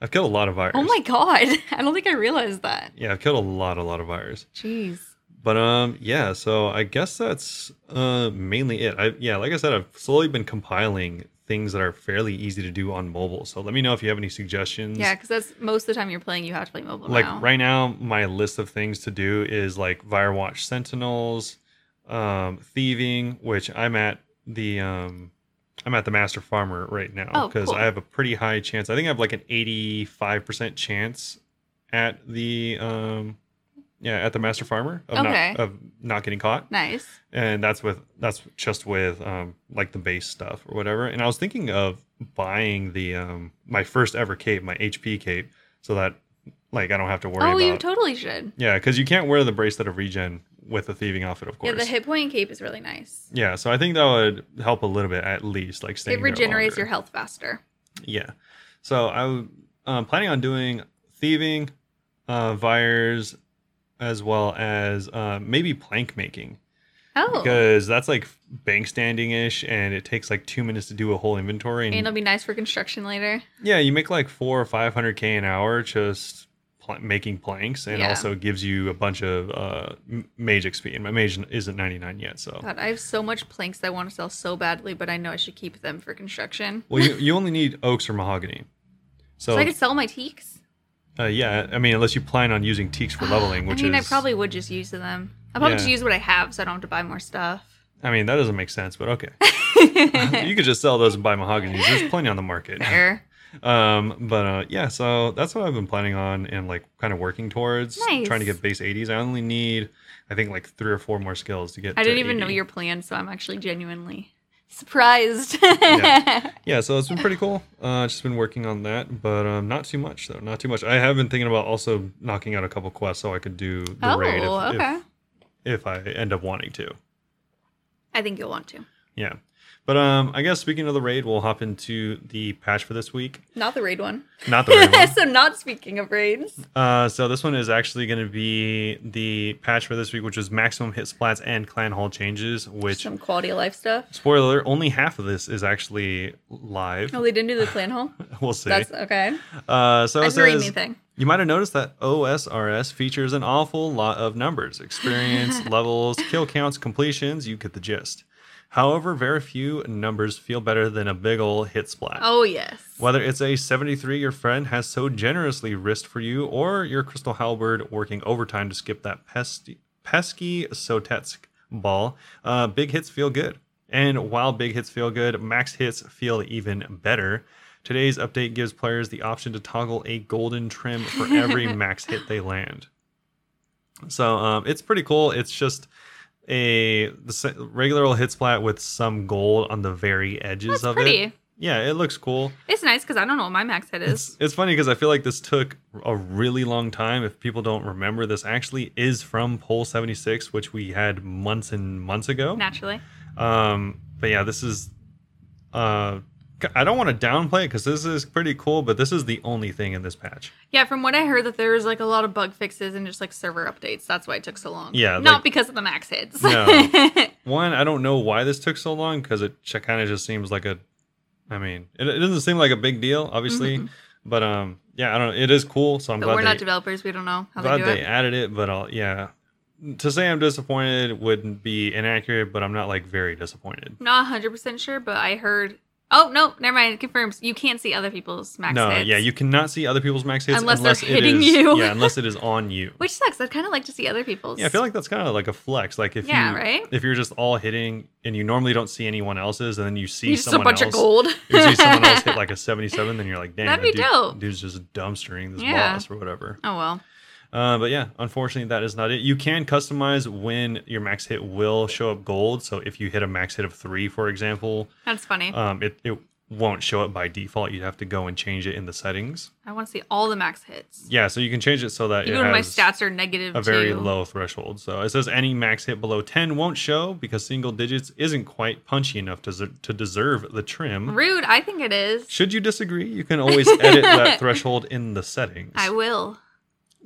I've killed a lot of Vires.
Oh my god. I don't think I realized that.
Yeah, I've killed a lot, a lot of Vires.
Jeez.
But um, yeah. So I guess that's uh mainly it. I yeah, like I said, I've slowly been compiling things that are fairly easy to do on mobile. So let me know if you have any suggestions.
Yeah, because that's most of the time you're playing. You have to play mobile.
Mm. Like
now.
right now, my list of things to do is like Firewatch Sentinels, um, thieving, which I'm at the um, I'm at the Master Farmer right now
Oh,
because
cool.
I have a pretty high chance. I think I have like an 85 percent chance at the um, yeah at the Master Farmer of
Okay.
not of not getting caught
Nice.
and that's with that's just with um like the base stuff or whatever and i was thinking of buying the um my first ever cape my hp cape so that like i don't have to worry
Oh,
about
you totally should.
yeah because you can't wear the bracelet of regen with a thieving outfit of course
Yeah, the hit point cape is really nice.
Yeah, so i think that would help a little bit at least like staying
it
there
regenerates
longer.
your health faster.
Yeah. So I'm um, planning on doing thieving, uh, vires, as well as uh, maybe plank making
Oh,
because that's like bank standing ish, and it takes like two minutes to do a whole inventory.
and
And,
it'll be nice for construction later.
yeah, you make like four or five hundred k an hour just pl- making planks, and
Yeah.
also gives you a bunch of uh, m- mage XP. And my mage isn't ninety nine yet, so.
God, I have so much planks that I want to sell so badly, but I know I should keep them for construction.
Well, you, you only need oaks or mahogany. So,
So, I could sell my teaks.
uh, yeah, I mean, unless you plan on using teaks for leveling, which
I mean,
is
I probably would just use them. I probably
Yeah.
just use what I have, so I don't have to buy more stuff.
I mean, that doesn't make sense, but okay. you could just sell those and buy mahoganies. There's plenty on the market.
Fair.
Um, but uh, yeah, so that's what I've been planning on and like kind of working towards
Nice.
trying to get base 80s. I only need, I think, like three or four more skills to get.
I
to
didn't even know
80.
your plan, so I'm actually genuinely surprised.
Yeah. Yeah, so it's been pretty cool. Uh, just been working on that, but um, not too much though. Not too much. I have been thinking about also knocking out a couple quests so I could do the
oh,
raid if,
okay.
if, if I end up wanting to.
I think you'll want to.
Yeah. But um, I guess speaking of the raid, we'll hop into the patch for this week.
Not the raid one.
Not the raid. one.
so not speaking of raids.
Uh, so this one is actually going to be the patch for this week, which was maximum hit splats and clan hall changes. Which
Some quality of life stuff.
spoiler, alert, only half of this is actually live.
Oh, they didn't do the clan hall.
We'll see.
That's okay.
Uh, so it
That's the raid
says,
thing.
you might have noticed that OSRS features an awful lot of numbers, experience, levels, kill counts, completions. You get the gist. However, very few numbers feel better than a big ol' hit splat.
Oh yes.
Whether it's a 73 your friend has so generously risked for you, or your Crystal Halberd working overtime to skip that pesky, pesky Sotetsk ball, uh, big hits feel good. And while big hits feel good, max hits feel even better. Today's update gives players the option to toggle a golden trim for every max hit they land. So um, it's pretty cool. It's just a the s- regular old hit splat with some gold on the very edges
That's
of
pretty.
it. Yeah, it looks cool.
It's nice because I don't know what my max hit is.
It's, it's funny because I feel like this took a really long time. If people don't remember, this actually is from Poll 76, which we had months and months ago.
Naturally.
Um, but yeah, this is. Uh, I don't want to downplay it because this is pretty cool, but this is the only thing in this patch.
Yeah, from what I heard, that there was like a lot of bug fixes and just like server updates. That's why it took so long.
Yeah,
Not
like-
because of the max hits.
No. One, I don't know why this took so long because it kind of just seems like a. I mean, it, it doesn't seem like a big deal, obviously, but um, yeah, I don't. know. It is cool, so I'm
Mm-hmm. but
glad
we're
they,
not developers. We don't know how
glad
they do
they
it.
added it, but I'll, yeah. To say I'm disappointed wouldn't be inaccurate, but I'm not like very disappointed.
Not 100 percent sure, but I heard. Oh no, never mind. It confirms you can't see other people's max
no,
hits.
yeah, you cannot see other people's max hits
Unless they're
it
hitting
is-
you.
Yeah, unless it is on you.
Which sucks. I'd kind of like to see other people's.
yeah, I feel like that's kind of like a flex. Like if
Yeah,
you
right?
if you're just all hitting and you normally don't see anyone else's, and then you see
you just a
someone
bunch
else,
of gold.
you see someone else hit like a 77, then you're like, damn,
That'd
that
be
dude-
dope.
dude's just dumpstering this
Yeah.
boss or whatever.
oh well.
Uh, but yeah, unfortunately, that is not it. You can customize when your max hit will show up gold. So if you hit a max hit of three, for example,
That's funny.
um, it, it won't show up by default. You'd have to go and change it in the settings.
I want to see all the max hits.
Yeah, so you can change it so that it
Even when my
has
stats are negative
a very
two.
low threshold. So it says any max hit below 10 won't show because single digits isn't quite punchy enough to, ser- to deserve the trim.
Rude. I think it is.
Should you disagree, you can always edit that threshold in the settings.
I will.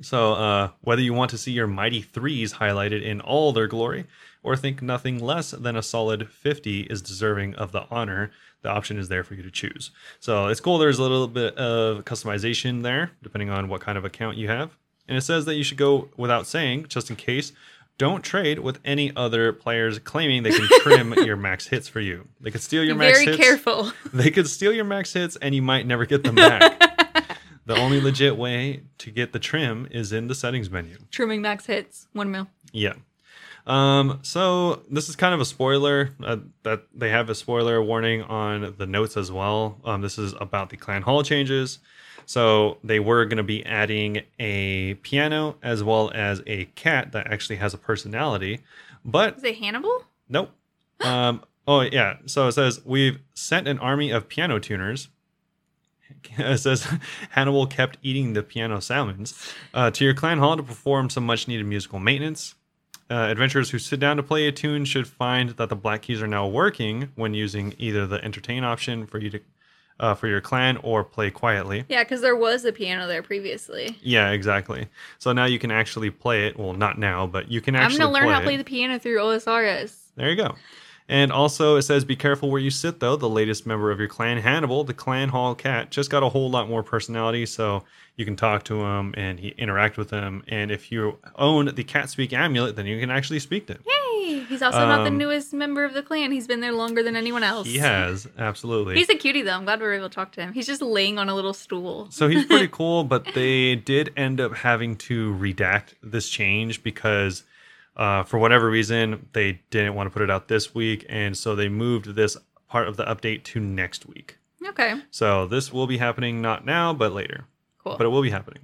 So, uh, whether you want to see your mighty threes highlighted in all their glory, or think nothing less than a solid 50 is deserving of the honor, the option is there for you to choose. So, it's cool. There's a little bit of customization there, depending on what kind of account you have. And it says that you should go without saying, just in case, Don't trade with any other players claiming they can trim your max hits for you. They could steal your
Be
max
very
hits.
careful.
They could steal your max hits and you might never get them back. the only legit way to get the trim is in the settings menu.
Trimming max hits, one mil.
Yeah. Um, so this is kind of a spoiler uh, that they have a spoiler warning on the notes as well. Um, this is about the clan hall changes. So they were going to be adding a piano as well as a cat that actually has a personality, but
Is it Hannibal?
Nope. Um, oh yeah. So it says we've sent an army of piano tuners. It says Hannibal kept eating the piano salmons uh, to your clan hall to perform some much needed musical maintenance. Uh, adventurers who sit down to play a tune should find that the black keys are now working when using either the entertain option for you to uh, for your clan or play quietly.
Yeah, because there was a piano there previously.
Yeah, exactly. So now you can actually play it. Well, not now, but you can
I'm
actually.
gonna learn how to
it.
play the piano through OSRS.
There you go. And also, it says, be careful where you sit, though. The latest member of your clan, Hannibal, the clan hall cat, just got a whole lot more personality, so you can talk to him and he interact with him. And if you own the cat speak amulet, then you can actually speak to him.
Hey, he's also not the
Um,
newest member of the clan. He's been there longer than anyone else.
He has, absolutely.
He's a cutie though. I'm glad we were able to talk to him. He's just laying on a little stool.
so he's pretty cool, but they did end up having to redact this change because, uh, for whatever reason, they didn't want to put it out this week. And so they moved this part of the update to next week.
Okay,
So this will be happening not now, but later.
cool.
But it will be happening.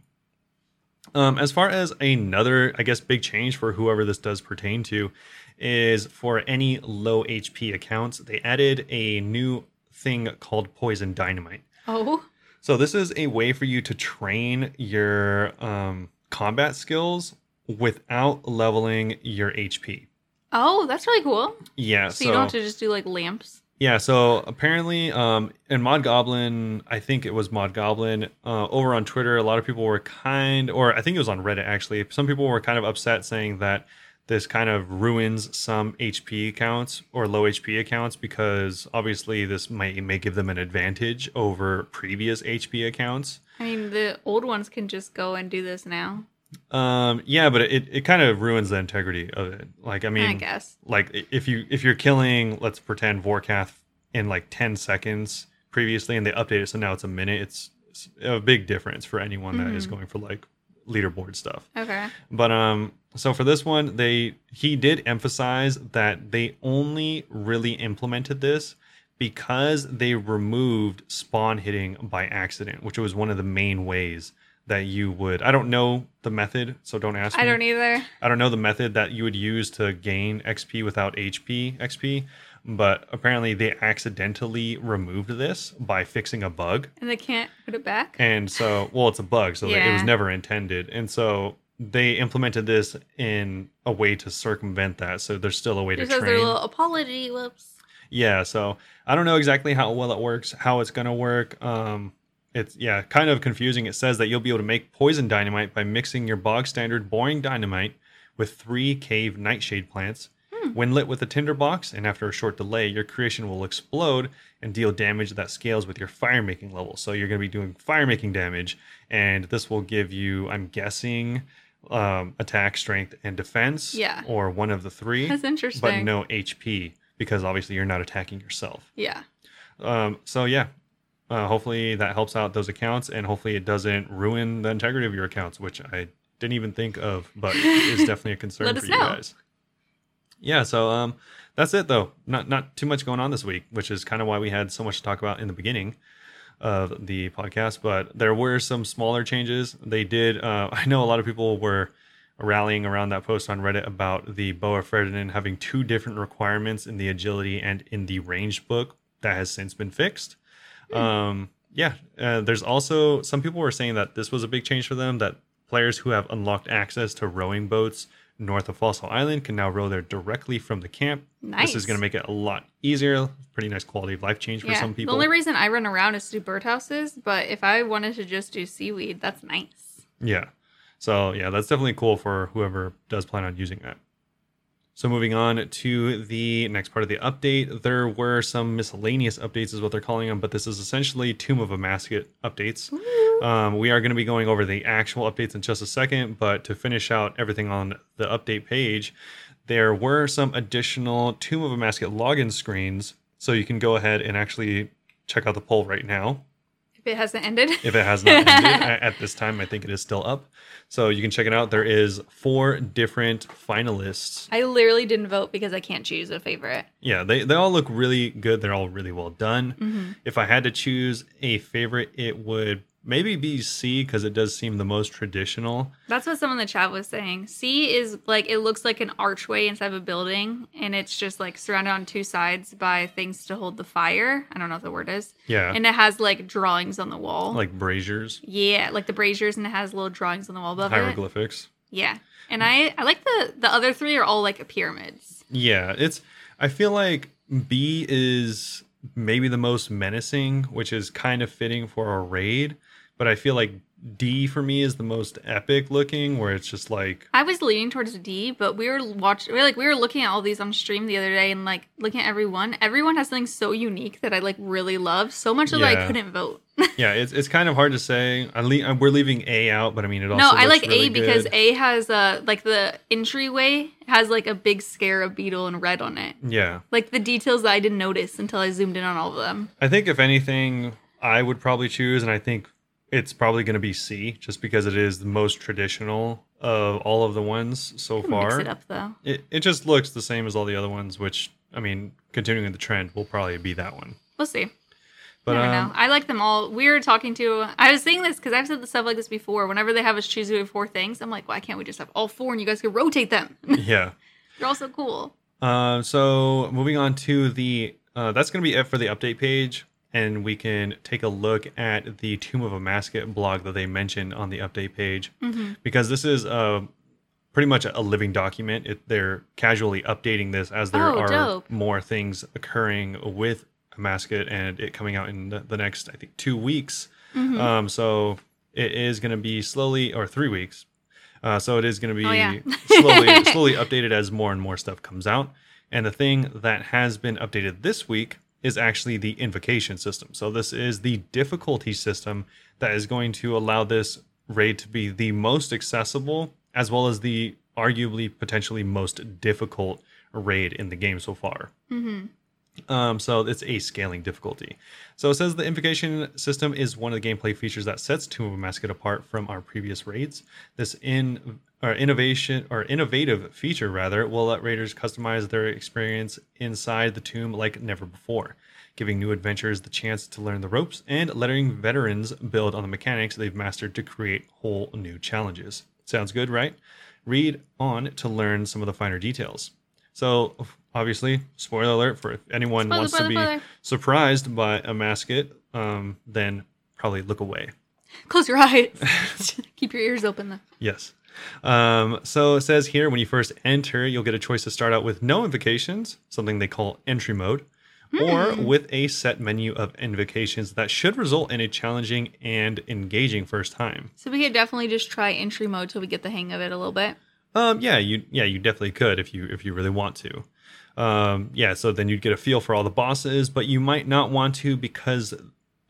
Um, as far as another, I guess, big change for whoever this does pertain to is for any low HP accounts, they added a new thing called Poison Dynamite.
oh,
So this is a way for you to train your um, combat skills without leveling your HP.
oh, that's really cool.
Yeah,
So, you don't have to just do like lamps.
Yeah, so apparently, um, in Mod Goblin, I think it was Mod Goblin, uh, over on Twitter, a lot of people were kind, or I think it was on Reddit actually, some people were kind of upset saying that this kind of ruins some HP accounts or low HP accounts because obviously this might may give them an advantage over previous HP accounts.
I mean, the old ones can just go and do this now.
Um, yeah, but it, it kind of ruins the integrity of it. Like, I
I,
mean,
guess.
like i- if you if you're killing let's pretend Vorkath in like 10 seconds previously and they update it so now it's a minute it's, it's a big difference for anyone that is
Mhm.
going for like leaderboard stuff
Okay.
but um so for this one they he did emphasize that they only really implemented this because they removed spawn hitting by accident which was one of the main ways that you would i don't know the method so don't ask
I
me
don't either.
I don't know the method that you would use to gain XP without HP XP, but apparently they accidentally removed this by fixing a bug.
And they can't put it back.
And so, well, it's a bug, so it was
Yeah.
never intended. And so they implemented this in a way to circumvent that. So there's still a way
just
to
as their
train.
little apology. Whoops.
yeah. So I don't know exactly how well it works, how it's going to work. Um, it's yeah, kind of confusing. It says that you'll be able to make poison dynamite by mixing your bog standard boring dynamite with three cave nightshade plants.
Hmm.
When lit with a tinderbox and after a short delay, your creation will explode and deal damage that scales with your fire making level. So you're going to be doing fire making damage, and this will give you, I'm guessing, um, attack, strength, and defense.
Yeah.
Or one of the three
That's interesting.
but no HP because obviously you're not attacking yourself.
Yeah.
Um, so yeah, uh, hopefully that helps out those accounts, and hopefully it doesn't ruin the integrity of your accounts, which I didn't even think of, but is definitely a concern
Let
for
us
you
know.
guys. Yeah, so um, that's it though. Not not too much going on this week, which is kind of why we had so much to talk about in the beginning of the podcast. But there were some smaller changes. They did. Uh, I know a lot of people were rallying around that post on Reddit about the Boa Ferdinand having two different requirements in the agility and in the range book that has since been fixed.
Hmm.
Um, yeah, uh, there's also some people were saying that this was a big change for them that players who have unlocked access to rowing boats north of Fossil Island can now row there directly from the camp.
Nice.
This is going to make it a lot easier. Pretty nice quality of life change for
yeah.
some people.
The only reason I run around is to do birdhouses, but if I wanted to just do seaweed, that's nice.
Yeah. So yeah, that's definitely cool for whoever does plan on using that. So moving on to the next part of the update, there were some miscellaneous updates, is what they're calling them, but this is essentially Tomb of a Mascot updates. Um, we are going to be going over the actual updates in just a second, but to finish out everything on the update page, there were some additional Tomb of a Mascot login screens, so you can go ahead and actually check out the poll right now
If it hasn't ended.
if it has not ended A- at this time. I think it is still up, so you can check it out. There is four different finalists.
I literally didn't vote because I can't choose a favorite.
Yeah, they they all look really good. They're all really well done.
Mhm.
If I had to choose a favorite, it would maybe be C because it does seem the most traditional.
That's what someone in the chat was saying. C is like it looks like an archway inside of a building, and it's just like surrounded on two sides by things to hold the fire. I don't know what the word is,
Yeah,
and it has like drawings on the wall.
like braziers,
yeah, like the braziers, and it has little drawings on the wall above it.
hieroglyphics.
Yeah, and I I like the the other three are all like pyramids.
Yeah, it's. I feel like B is maybe the most menacing, which is kind of fitting for a raid. But I feel like D for me is the most epic looking, where it's just like
I was leaning towards D, but we were watching. We were, like we were looking at all these on stream the other day, and like looking at everyone. Everyone has something so unique that I like really love so much that I
Yeah.
couldn't vote.
yeah, it's it's kind of hard to say. I le- uh, we're leaving A out, but I mean it also.
no, I
looks
like
really
A because
good.
A has uh like the entryway has like a big scarab beetle and red on it.
Yeah,
Like the details that I didn't notice until I zoomed in on all of them.
I think if anything, I would probably choose, and I think it's probably going to be C, just because it is the most traditional of all of the ones so
We can Mix
far.
it up though.
It, it just looks the same as all the other ones, which I mean, continuing the trend will probably be that one.
We'll see.
But
Never
um,
know. I like them all. We were talking to. I was saying this because I've said the stuff like this before. Whenever they have us choose between four things, I'm like, why can't we just have all four and you guys could rotate them?
yeah.
They're all so cool.
Uh, so moving on to the uh, that's going to be it for the update page, and we can take a look at the Tomb of a Mascot blog that they mentioned on the update page.
hmm
because this is uh, pretty much a living document. It, they're casually updating this as there
Oh,
are
dope.
more things occurring with Mascot and it coming out in the, the next, I think, two weeks.
hmm
Um, so it is going to be slowly, or three weeks. Uh, so it is going to be
Oh, yeah.
slowly, slowly updated as more and more stuff comes out. And the thing that has been updated this week is actually the invocation system. So this is the difficulty system that is going to allow this raid to be the most accessible, as well as the arguably potentially most difficult raid in the game so far.
hmm
Um, so it's a scaling difficulty. So it says the invocation system is one of the gameplay features that sets Tomb of a Mascot apart from our previous raids. This in or innovation or innovative feature rather will let raiders customize their experience inside the tomb like never before, giving new adventurers the chance to learn the ropes and letting veterans build on the mechanics they've mastered to create whole new challenges. Sounds good, right? Read on to learn some of the finer details. So obviously, spoiler alert for if anyone
Spoiler,
wants
spoiler,
to be
spoiler.
surprised by a mascot, um, then probably look away.
Close your eyes. Keep your ears open though.
Yes. Um, so it says here when you first enter, you'll get a choice to start out with no invocations, something they call entry mode, or
Hmm.
with a set menu of invocations that should result in a challenging and engaging first time.
So we could definitely just try entry mode till we get the hang of it a little bit.
Um, yeah, you yeah you definitely could if you if you really want to. Um, yeah, so then you'd get a feel for all the bosses, but you might not want to because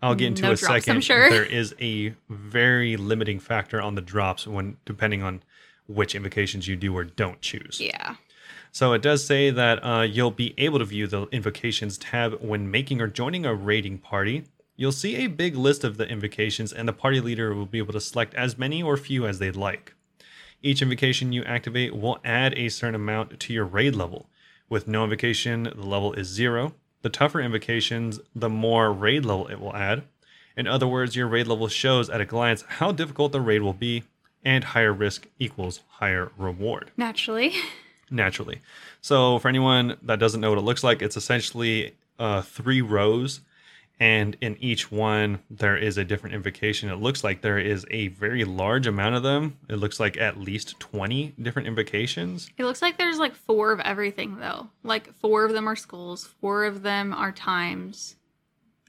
I'll get into
No
a
drops, I'm
2nd
sure.
There is a very limiting factor on the drops when depending on which invocations you do or don't choose.
Yeah.
So it does say that uh, you'll be able to view the invocations tab when making or joining a raiding party. You'll see a big list of the invocations, and the party leader will be able to select as many or few as they'd like. Each invocation you activate will add a certain amount to your raid level. With no invocation, the level is zero. The tougher invocations, the more raid level it will add. In other words, your raid level shows at a glance how difficult the raid will be, and higher risk equals higher reward
Naturally.
naturally. So for anyone that doesn't know what it looks like, it's essentially uh, three rows, and in each one there is a different invocation. It looks like there is a very large amount of them. It looks like at least twenty different invocations.
It looks like there's like four of everything though. Like four of them are schools, four of them are times.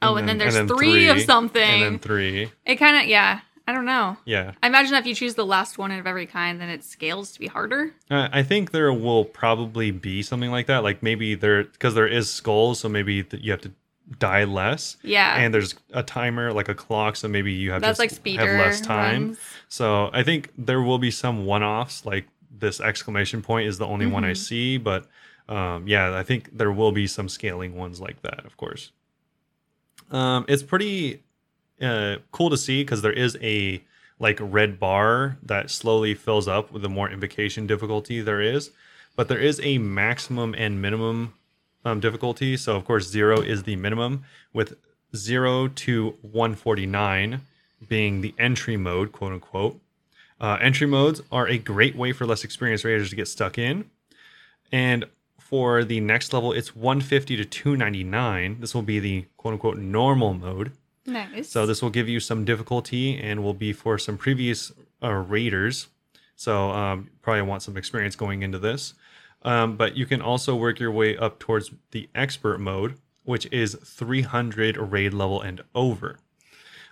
Oh, and, then, there's three, of something.
and then three.
it kind of yeah. I don't know.
Yeah,
I imagine if you choose the last one of every kind, then it scales to be harder.
Uh, I think there will probably be something like that. Like maybe there because there is skulls, so maybe th- you have to die less.
Yeah.
And there's a timer, like a clock, so maybe you have
that's
just
like speeder.
have less time.
runs.
So I think there will be some one-offs. Like this exclamation point is the only one I
Mhm.
see, but um, yeah, I think there will be some scaling ones like that, of course. Um, it's pretty uh, cool to see because there is a like red bar that slowly fills up with the more invocation difficulty there is, but there is a maximum and minimum um, difficulty. So of course zero is the minimum with zero to one forty nine being the entry mode, quote unquote. Uh, entry modes are a great way for less experienced raiders to get stuck in. And for the next level, it's 150 to 299. This will be the quote unquote normal mode.
Nice.
So this will give you some difficulty and will be for some previous uh, raiders. So um, probably want some experience going into this. Um, but you can also work your way up towards the expert mode, which is 300 raid level and over.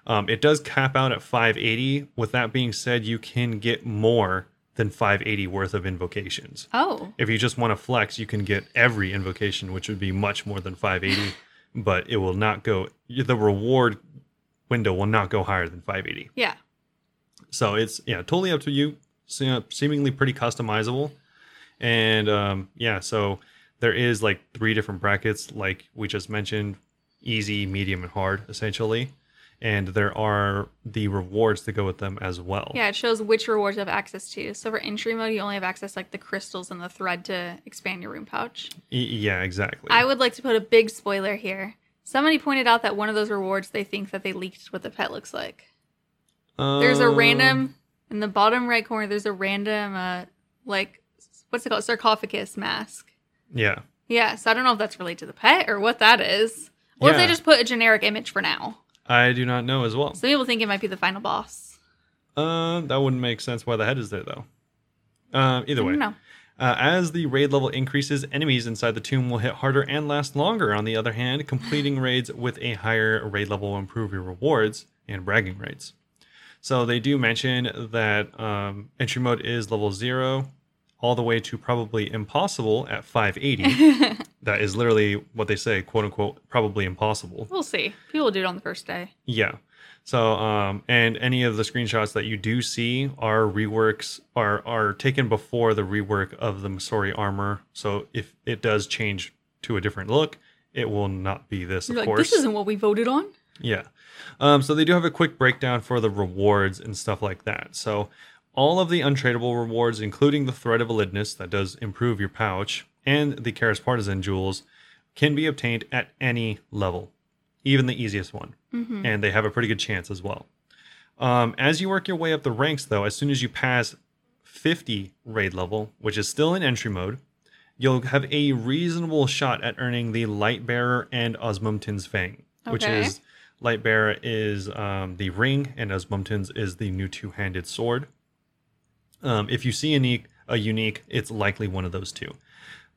Um, it does cap out at 580. With that being said, you can get more than 580 worth of invocations.
oh,
If you just want to flex, you can get every invocation, which would be much more than 580, but it will not go, the reward window will not go higher than 580.
yeah.
So it's, yeah, totally up to you. Se- Seemingly pretty customizable. And um, yeah, so there is like three different brackets, like we just mentioned easy, medium, and hard, essentially. And there are the rewards that go with them as well.
Yeah, it shows which rewards you have access to. So for entry mode, you only have access like the crystals and the thread to expand your room pouch.
E- yeah, exactly.
I would like to put a big spoiler here. Somebody pointed out that one of those rewards they think that they leaked what the pet looks like. There's a
Um,
random in the bottom right corner. There's a random uh like what's it called sarcophagus mask.
Yeah.
Yeah, so I don't know if that's related to the pet or what that is, or if they
Yeah.
just put a generic image for now.
I do not know as well.
Some people think it might be the final boss.
Uh, that wouldn't make sense why the head is there though. Uh, either way,
No.
uh, as the raid level increases, enemies inside the tomb will hit harder and last longer. On the other hand, completing raids with a higher raid level will improve your rewards and bragging rights. So they do mention that um, entry mode is level zero, all the way to probably impossible at 580. that is literally what they say, quote unquote, probably impossible.
we'll see. People will do it on the first day.
Yeah. So, um, and any of the screenshots that you do see are reworks are are taken before the rework of the Masori armor. So if it does change to a different look, it will not be this,
You're
of
like,
course.
this isn't what we voted on.
Yeah. Um, so they do have a quick breakdown for the rewards and stuff like that. So all of the untradeable rewards, including the Thread of Validness that does improve your pouch and the Karis Partisan jewels, can be obtained at any level, even the easiest one
Mm-hmm.
and they have a pretty good chance as well. Um, as you work your way up the ranks, though, as soon as you pass 50 raid level, which is still in entry mode, you'll have a reasonable shot at earning the Light Bearer and Osmumtin's Fang, which
Okay.
is Light Bearer is um, the ring, and Osmumtin's is the new two handed sword. Um, if you see a unique, a unique, it's likely one of those two.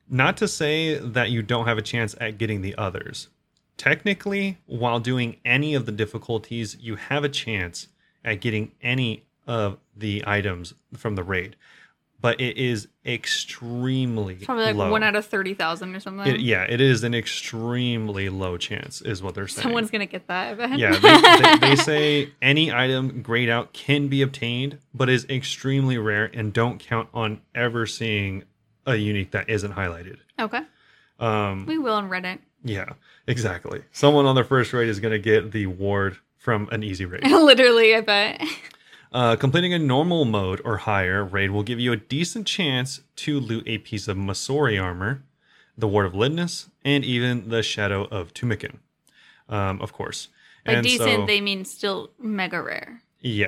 Not to say that you don't have a chance at getting the others. Technically, while doing any of the difficulties, you have a chance at getting any of the items from the raid, but it is extremely
Probably like
low.
one out of 30,000 or something.
It- yeah, it is an extremely low chance, is what they're saying.
Someone's going to get that. I bet.
yeah, they, they, they say any item grayed out can be obtained, but is extremely rare and don't count on ever seeing a unique that isn't highlighted.
okay.
Um,
We will on Reddit.
yeah, exactly. Someone on their first raid is going to get the ward from an easy raid.
Literally, I bet.
Uh, completing a normal mode or higher raid will give you a decent chance to loot a piece of Masori armor, the Ward of Lidness, and even the Shadow of Tumikin, um, of course.
By
and
decent,
so,
they mean still mega rare.
yeah.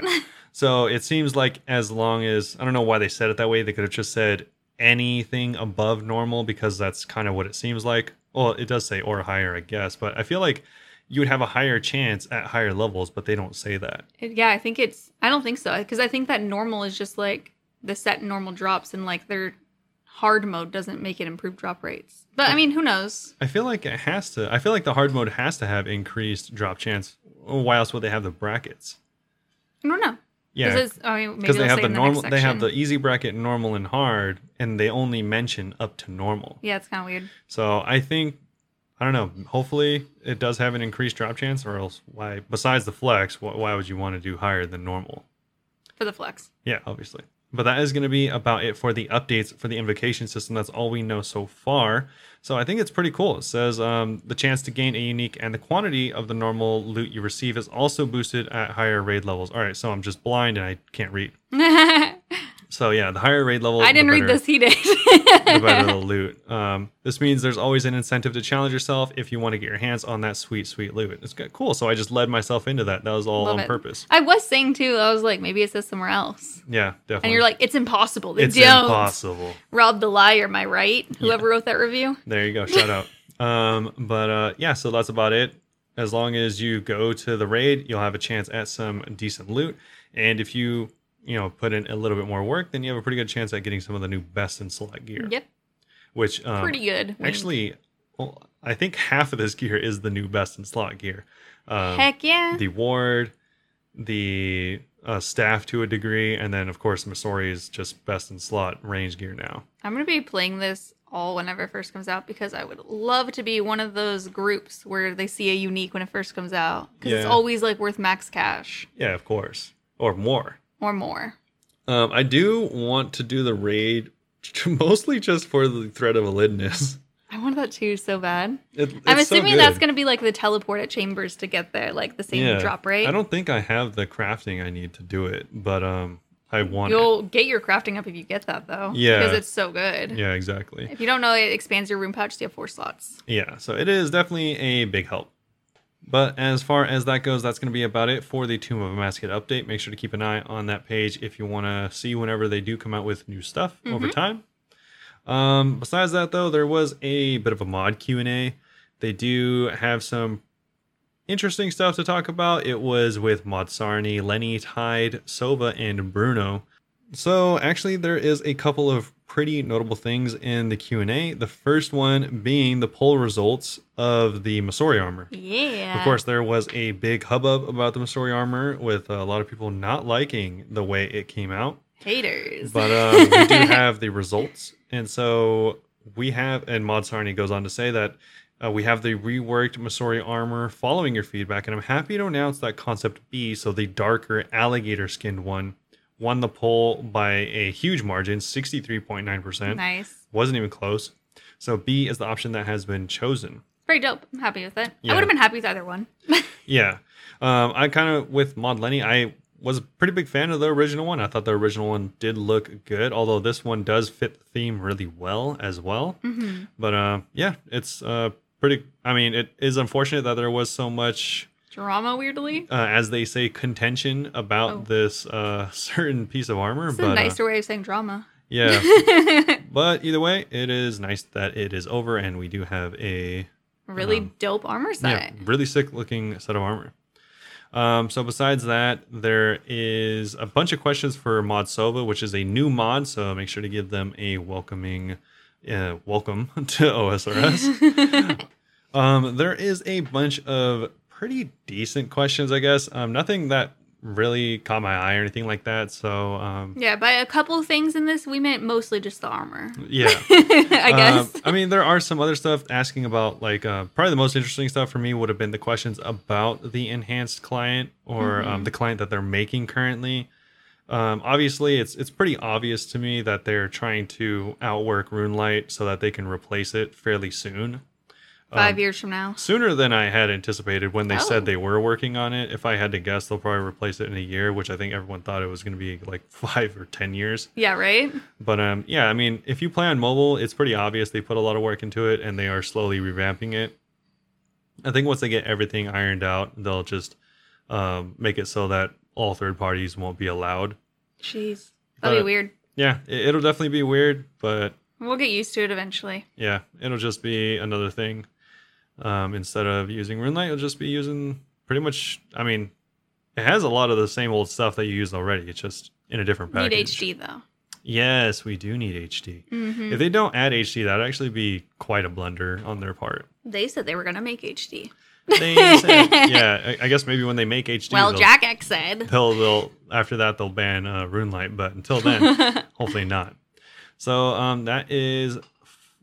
so it seems like as long as I don't know why they said it that way, they could have just said anything above normal because that's kind of what it seems like. Well, it does say or higher, I guess, but I feel like you would have a higher chance at higher levels, but they don't say that.
It- yeah, I think it's. I don't think so. Because I think that normal is just like the set normal drops and like their hard mode doesn't make it improve drop rates. But I mean, who knows?
I feel like it has to. I feel like the hard mode has to have increased drop chance. Why else would they have the brackets?
I don't know.
Yeah,
Because I mean, maybe
because they
they'll
have
say
the
in
normal.
next
they have the
section.
easy bracket, normal, and hard, and they only mention up to normal.
Yeah, it's kind of weird.
So I think I don't know. Hopefully, it does have an increased drop chance, or else why? Besides the flex, wh- why would you want to do higher than normal?
for the flex.
Yeah, obviously. But that is going to be about it for the updates for the invocation system. That's all we know so far. So I think it's pretty cool. It says um, the chance to gain a unique and the quantity of the normal loot you receive is also boosted at higher raid levels. All right, so I'm just blind and I can't read.
I
So yeah, the higher raid level.
didn't
the
read
better-
this. He did.
the better the loot. Um, this means there's always an incentive to challenge yourself if you want to get your hands on that sweet, sweet loot. It's good. cool. So I just led myself into that. That was all
Love
on
it.
purpose.
I was saying too. I was like, maybe it says somewhere else.
Yeah, definitely.
And you're like, it's impossible. They
it's
don't.
impossible.
Rob the liar. Am I right? Whoever wrote that review.
There you go. Shout out. Um, but uh, yeah, so that's about it. As long as you go to the raid, you'll have a chance at some decent loot. And if you, you know, put in a little bit more work, then you have a pretty good chance at getting some of the new best in select gear.
Yep.
Which um,
Pretty good. Wink.
Actually, well, I think half of this gear is the new best in slot gear. Um,
Heck yeah.
The ward, the uh, staff to a degree, and then of course Missouri is just best in slot range gear now.
I'm gonna be playing this all whenever it first comes out because I would love to be one of those groups where they see a unique when it first comes out because it's
Yeah.
always like worth max cash
Yeah, of course, or more.
or more.
Um, I do want to do the raid mostly just for the threat of elidness.
I want that too so bad.
It,
I'm
it's so
assuming that's
good.
gonna be like the teleport at chambers to get there, like the same
Yeah.
drop rate.
I don't think I have the crafting I need to do it, but um, I want. it.
You'll get your crafting up if you get that though.
Yeah.
Because it's so good.
Yeah, exactly.
If you don't know, it expands your room pouch. So you have four slots.
Yeah, so it is definitely a big help. But as far as that goes, that's going to be about it for the Tomb of Amaskid update. Make sure to keep an eye on that page if you want to see whenever they do come out with new stuff over time. Um, besides that, though, there was a bit of a mod Q and A. They do have some interesting stuff to talk about. It was with Mod Sarni, Lenny, Tide, Sova, and Bruno. So actually, there is a couple of pretty notable things in the Q and A. The first one being the poll results of the Masori armor.
Yeah.
Of course, there was a big hubbub about the Masori armor, with a lot of people not liking the way it came out.
Haters.
But uh, we do have the results, and so we have. And Mod Sarni goes on to say that uh, we have the reworked Masori armor following your feedback, and I'm happy to announce that Concept B, so the darker alligator-skinned one, won the poll by a huge margin, sixty-three point nine percent.
nice.
Wasn't even close. So B is the option that has been chosen.
Pretty dope. I'm happy with it.
Yeah.
I would have been happy with either one.
Yeah. Um, I kind of with Mod Lenny, I was a pretty big fan of the original one. I thought the original one did look good, although this one does fit the theme really well as well.
hmm
But uh, yeah, it's uh, pretty. I mean, it is unfortunate that there was so much,
Drama, weirdly.
uh, as they say, contention about
Oh.
this uh, certain piece of armor.
It's
but
a
uh,
nicer way of saying drama.
yeah, but either way, it is nice that it is over and we do have a
really
Um,
dope armor
Yeah,
set.
really sick looking set of armor. Um, so besides that, there is a bunch of questions for Mod Sova, which is a new mod. So make sure to give them a welcoming uh, welcome to OSRS. um, there is a bunch of pretty decent questions, I guess. Um, nothing that really caught my eye or anything like that. So um,
yeah, by a couple things in this, we meant mostly just the armor.
yeah.
I
Um,
guess.
I mean, there are some other stuff asking about, like, uh, probably the most interesting stuff for me would have been the questions about the enhanced client or
Mm-hmm.
um, the client that they're making currently. Um, obviously, it's it's pretty obvious to me that they're trying to outwork RuneLite so that they can replace it fairly soon.
Five years from now.
Sooner than I had anticipated when they
Oh.
said they were working on it. If I had to guess, they'll probably replace it in a year, which I think everyone thought it was going to be like five or 10 years.
Yeah, right?
But um, yeah, I mean, if you play on mobile, it's pretty obvious they put a lot of work into it, and they are slowly revamping it. I think once they get everything ironed out, they'll just um, make it so that all third parties won't be allowed.
Jeez. That'll be
But-
weird.
Yeah, it, it'll definitely be weird, but
We'll get used to it eventually.
yeah, it'll just be another thing. Um, instead of using RuneLite, you'll just be using pretty much. I mean, it has a lot of the same old stuff that you used already. It's just in a different package.
Need HD, though.
Yes, we do need HD.
hmm
If they don't add HD, that'd actually be quite a blunder on their part.
They said they were going to make HD.
They said, yeah, I, I guess maybe when they make HD,
well,
they'll,
Jack X said.
they'll, they'll- after that they'll ban uh, RuneLite, but until then, hopefully not. So um, that is uh,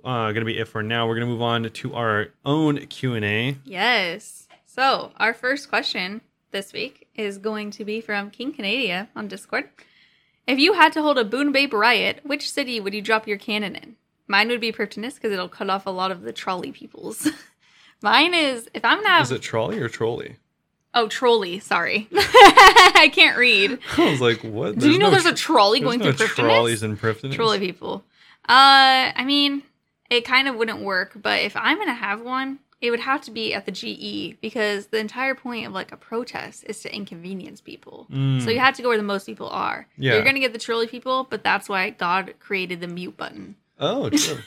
going to be it for now. We're going to move on to our own Q and A.
Yes. So our first question this week is going to be from King Canadia on Discord. If you had to hold a Boon Babe riot, which city would you drop your cannon in? Mine would be Pertinus because it'll cut off a lot of the trolley peoples. Mine is if I'm gonna have
Is it trolley or trolley?
oh trolley, sorry, I can't read.
I was like, what?
Do you know there's a trolley
there's
going
no
through Pertinus?
trolleys in Pryftinus?
trolley people. Uh, I mean, it kind of wouldn't work, but if I'm gonna have one, it would have to be at the GE because the entire point of like a protest is to inconvenience people.
Mm.
So you have to go where the most people are.
Yeah.
You're gonna get the trolley people, but that's why God created the mute button.
oh, true.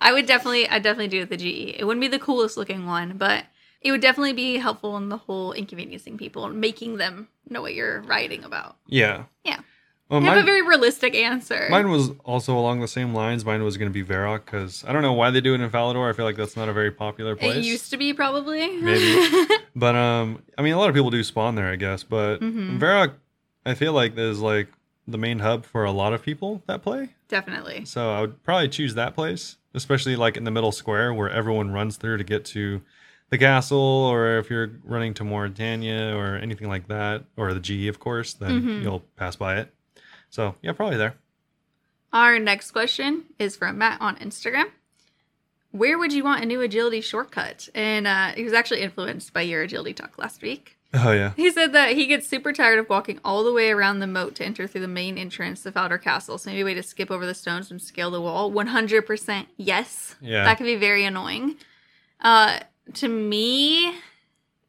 I would definitely, I definitely do it with the GE. It wouldn't be the coolest looking one, but it would definitely be helpful in the whole inconveniencing people and making them know what you're writing about.
Yeah.
Yeah.
Well,
you
mine,
have a very realistic answer.
mine was also along the same lines. Mine was going to be Varrock because I don't know why they do it in Valador. I feel like that's not a very popular
it
place.
used to be probably.
Maybe. But um, I mean, a lot of people do spawn there, I guess. But
Mhm.
Varrock, I feel like is like the main hub for a lot of people that play.
definitely.
So I would probably choose that place, especially like in the middle square where everyone runs through to get to the castle, or if you're running to Mauritania or anything like that, or the GE, of course, then
Mhm.
you'll pass by it. So yeah, probably there.
Our next question is from Matt on Instagram. Where would you want a new agility shortcut? And uh, he was actually influenced by your agility talk last week.
Oh yeah.
He said that he gets super tired of walking all the way around the moat to enter through the main entrance of Outer Castle. So maybe a way to skip over the stones and scale the wall. One hundred percent, yes.
Yeah.
That can be very annoying. Uh, to me,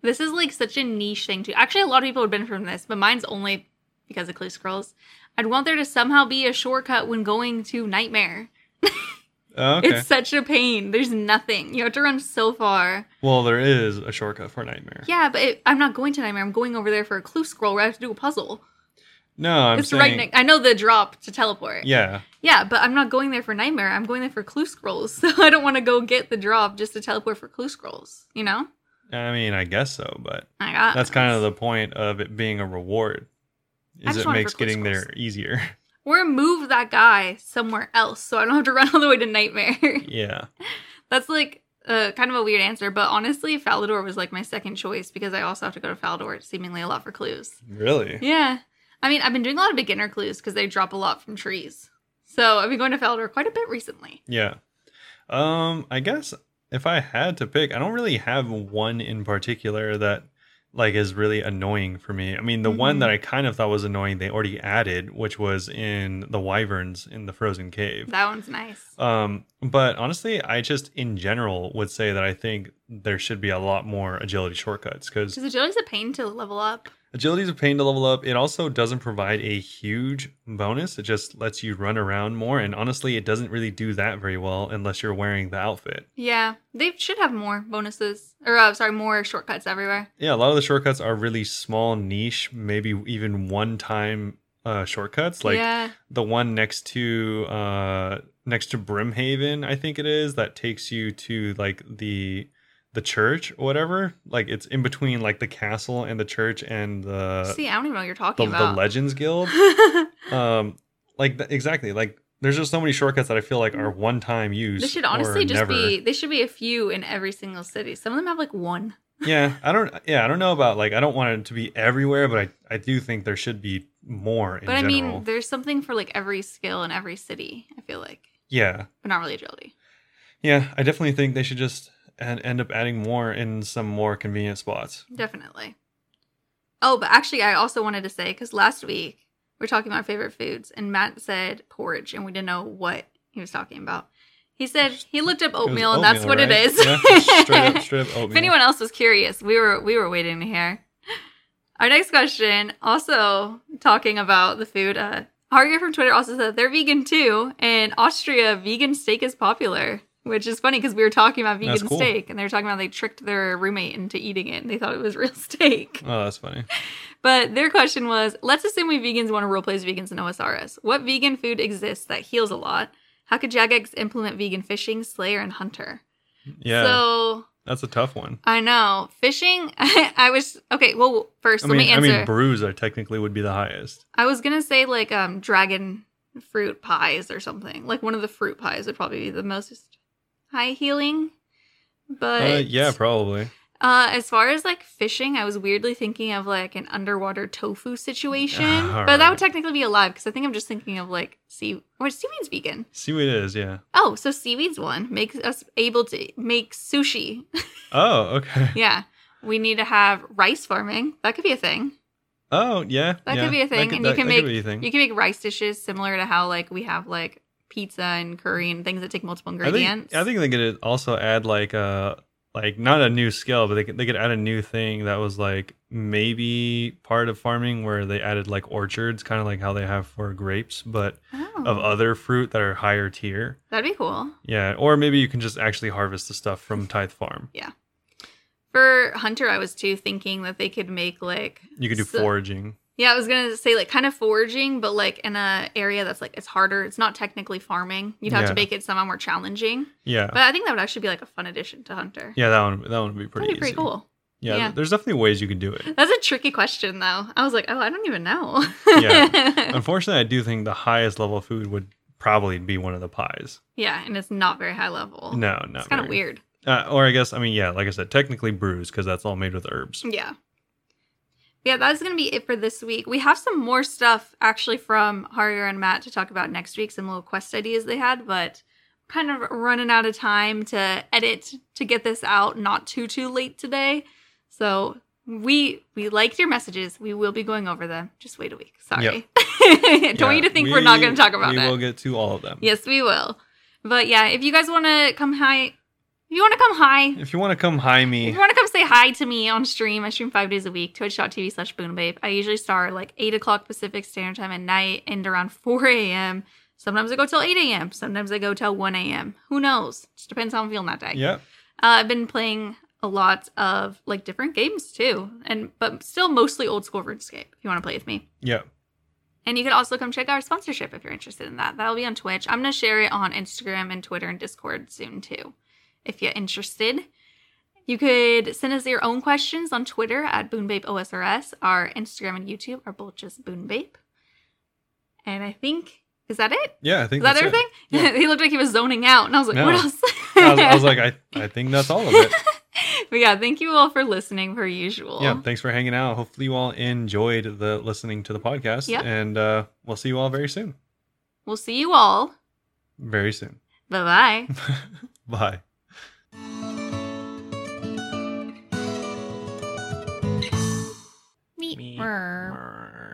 this is like such a niche thing too. Actually, a lot of people would benefit from this, but mine's only because of Clue Scrolls. I'd want there to somehow be a shortcut when going to Nightmare.
Oh, okay.
It's such a pain. There's nothing. You have to run so far.
Well, there is a shortcut for Nightmare.
Yeah, but it, I'm not going to Nightmare. I'm going over there for a Clue Scroll where I have to do a puzzle.
No, I'm
it's
saying.
right next. I know the drop to teleport.
yeah.
Yeah, but I'm not going there for Nightmare. I'm going there for Clue Scrolls. So I don't want to go get the drop just to teleport for Clue Scrolls. You know?
I mean, I guess so, but
I got.
that's kind of the point of it being a reward.
I
Is
just
it
want it
makes
for Clue
getting there
Scrolls.
easier.
Or move that guy somewhere else, so I don't have to run all the way to Nightmare.
yeah.
that's like uh, kind of a weird answer, but honestly, Falador was like my second choice because I also have to go to Falador seemingly a lot for clues.
Really?
Yeah. I mean, I've been doing a lot of beginner clues because they drop a lot from trees. So I've been going to Falador quite a bit recently.
Yeah. Um, I guess if I had to pick, I don't really have one in particular that like is really annoying for me. I mean, the one
Mhm.
that I kind of thought was annoying, they already added, which was in the Wyverns in the Frozen Cave.
That one's nice.
Um, but honestly, I just in general would say that I think there should be a lot more agility shortcuts because
Because agility's a pain to level up.
Agility is a pain to level up. It also doesn't provide a huge bonus. It just lets you run around more. And honestly, it doesn't really do that very well unless you're wearing the outfit.
Yeah, they should have more bonuses, or uh, sorry, more shortcuts everywhere.
Yeah, a lot of the shortcuts are really small, niche, maybe even one time uh, shortcuts. Like
yeah,
the one next to uh, next to Brimhaven, I think it is, that takes you to like the the church or whatever. Like it's in between like the castle and the church and the
see, I don't even know what you're
uh, the,
talking
the
about.
Legends Guild. um like th- exactly like there's just so many shortcuts that i feel like are one time used
They should
or
honestly just
never.
be. They should be a few in every single city. Some of them have like one.
yeah i don't yeah i don't know about like i don't want it to be everywhere but i i do think there should be more in
but I
general
mean, there's something for like every skill in every city. I feel like,
yeah
but not really agility.
yeah i definitely think they should just and end up adding more in some more convenient spots
Definitely. Oh, but actually, I also wanted to say because last week we were talking about favorite foods, and Matt said porridge, and we didn't know what he was talking about. He said he looked
It
up
was
oatmeal, and that's what it
right?
is.
yeah, straight up straight up oatmeal.
If anyone else was curious, we were we were waiting to hear. Our next question, also talking about the food, uh, Harger from Twitter also said they're vegan too, and Austria vegan steak is popular, which is funny because we were talking about
That's
vegan
cool.
steak, and they were talking about they tricked their roommate into eating it, and they thought it was real steak.
oh that's funny
But their question was, let's assume we vegans want to roleplay as vegans in OSRS. What vegan food exists that heals a lot? How could Jagex implement vegan fishing, slayer, and hunter?
yeah
So
that's a tough one
I know. Fishing, I, was okay. Well, first,
i
let
mean
me
i
answer. I,
mean brews are technically would be the highest
was gonna say like um dragon fruit pies or something. Like one of the fruit pies would probably be the most high healing. But
Uh, yeah, probably.
uh, as far as like fishing, I was weirdly thinking of like an underwater tofu situation,
Ah,
but that
alright.
would technically be alive because I think I'm just thinking of like sea or seaweed's vegan.
Seaweed is, yeah.
Oh, so seaweed's one makes us able to make sushi.
Oh, okay.
yeah, we need to have rice farming. That could be a thing.
Oh, yeah.
That
yeah.
could be a thing, and you
that
can make-
could be a thing.
You can make rice dishes similar to how like we have like pizza and curry and things that take multiple
I
ingredients.
think, I think they could also add like uh like not a new skill, but they could they could add a new thing that was like maybe part of farming where they added like orchards, kind of like how they have for grapes, but
oh,
of uh, other fruit that are higher tier.
that'd be cool.
Yeah, or maybe you can just actually harvest the stuff from Tithe Farm.
For Hunter, I was too thinking that they could make like
You could do
so-
foraging.
Yeah, I was gonna say like kind of foraging, but like in a area that's like it's harder. It's not technically farming. You'd have to
Yeah.
make it somehow more challenging.
Yeah,
But I think that would actually be like a fun addition to Hunter.
yeah, that one that one would be pretty
That'd be
easy.
pretty cool.
Yeah,
Yeah.
th- there's definitely ways you could do it.
That's a tricky question though. I was like, oh, I don't even know. yeah.
Unfortunately, I do think the highest level food would probably be one of the pies.
and it's not very high level.
No, no,
it's kind of weird.
Uh, or I guess I mean yeah, like I said, technically brews because that's all made with herbs.
Yeah. Yeah, that's going to be it for this week. We have some more stuff actually from Harger and Matt to talk about next week, some little quest ideas they had, but kind of running out of time to edit to get this out not too too late today. So, we we liked your messages. We will be going over them. Just wait a week. Sorry. Don't want you to
Yeah,
think we, are not
we-
going to talk about
We
that.
will get to all of them.
Yes, we will. But yeah, if you guys want to come high, if you want to come high,
If you want to come high
if
me,
you want to come say hi to me on stream, I stream five days a week, twitch.tv slash boonbabe. I usually start like 8 o'clock Pacific Standard Time at night, end around 4 a.m. Sometimes I go till 8 a.m. Sometimes I go till 1 a.m. Who knows? Just depends how I'm feeling that day.
yeah,
Uh, I've been playing a lot of like different games too, and but still mostly old school RuneScape if you want to play with me.
yeah,
And you can also come check out our sponsorship if you're interested in that. That'll be on Twitch. I'm going to share it on Instagram and Twitter and Discord soon too, if you're interested. You could send us your own questions on Twitter at BoonBabeOSRS. Our Instagram and YouTube are both just BoonBabe. And I think, is that it?
yeah. I
Is
think
that
that's
everything?
Yeah.
he looked like he was zoning out. And I was like,
No.
what else?
It. I, was, I was like, I, I think that's all of it.
but yeah, thank you all for listening per usual.
Yeah, thanks for hanging out. Hopefully, you all enjoyed the listening to the podcast,
Yeah.
and uh, we'll see you all very soon.
We'll see you all.
Very soon.
Bye bye.
Bye.
Meet.
Mer.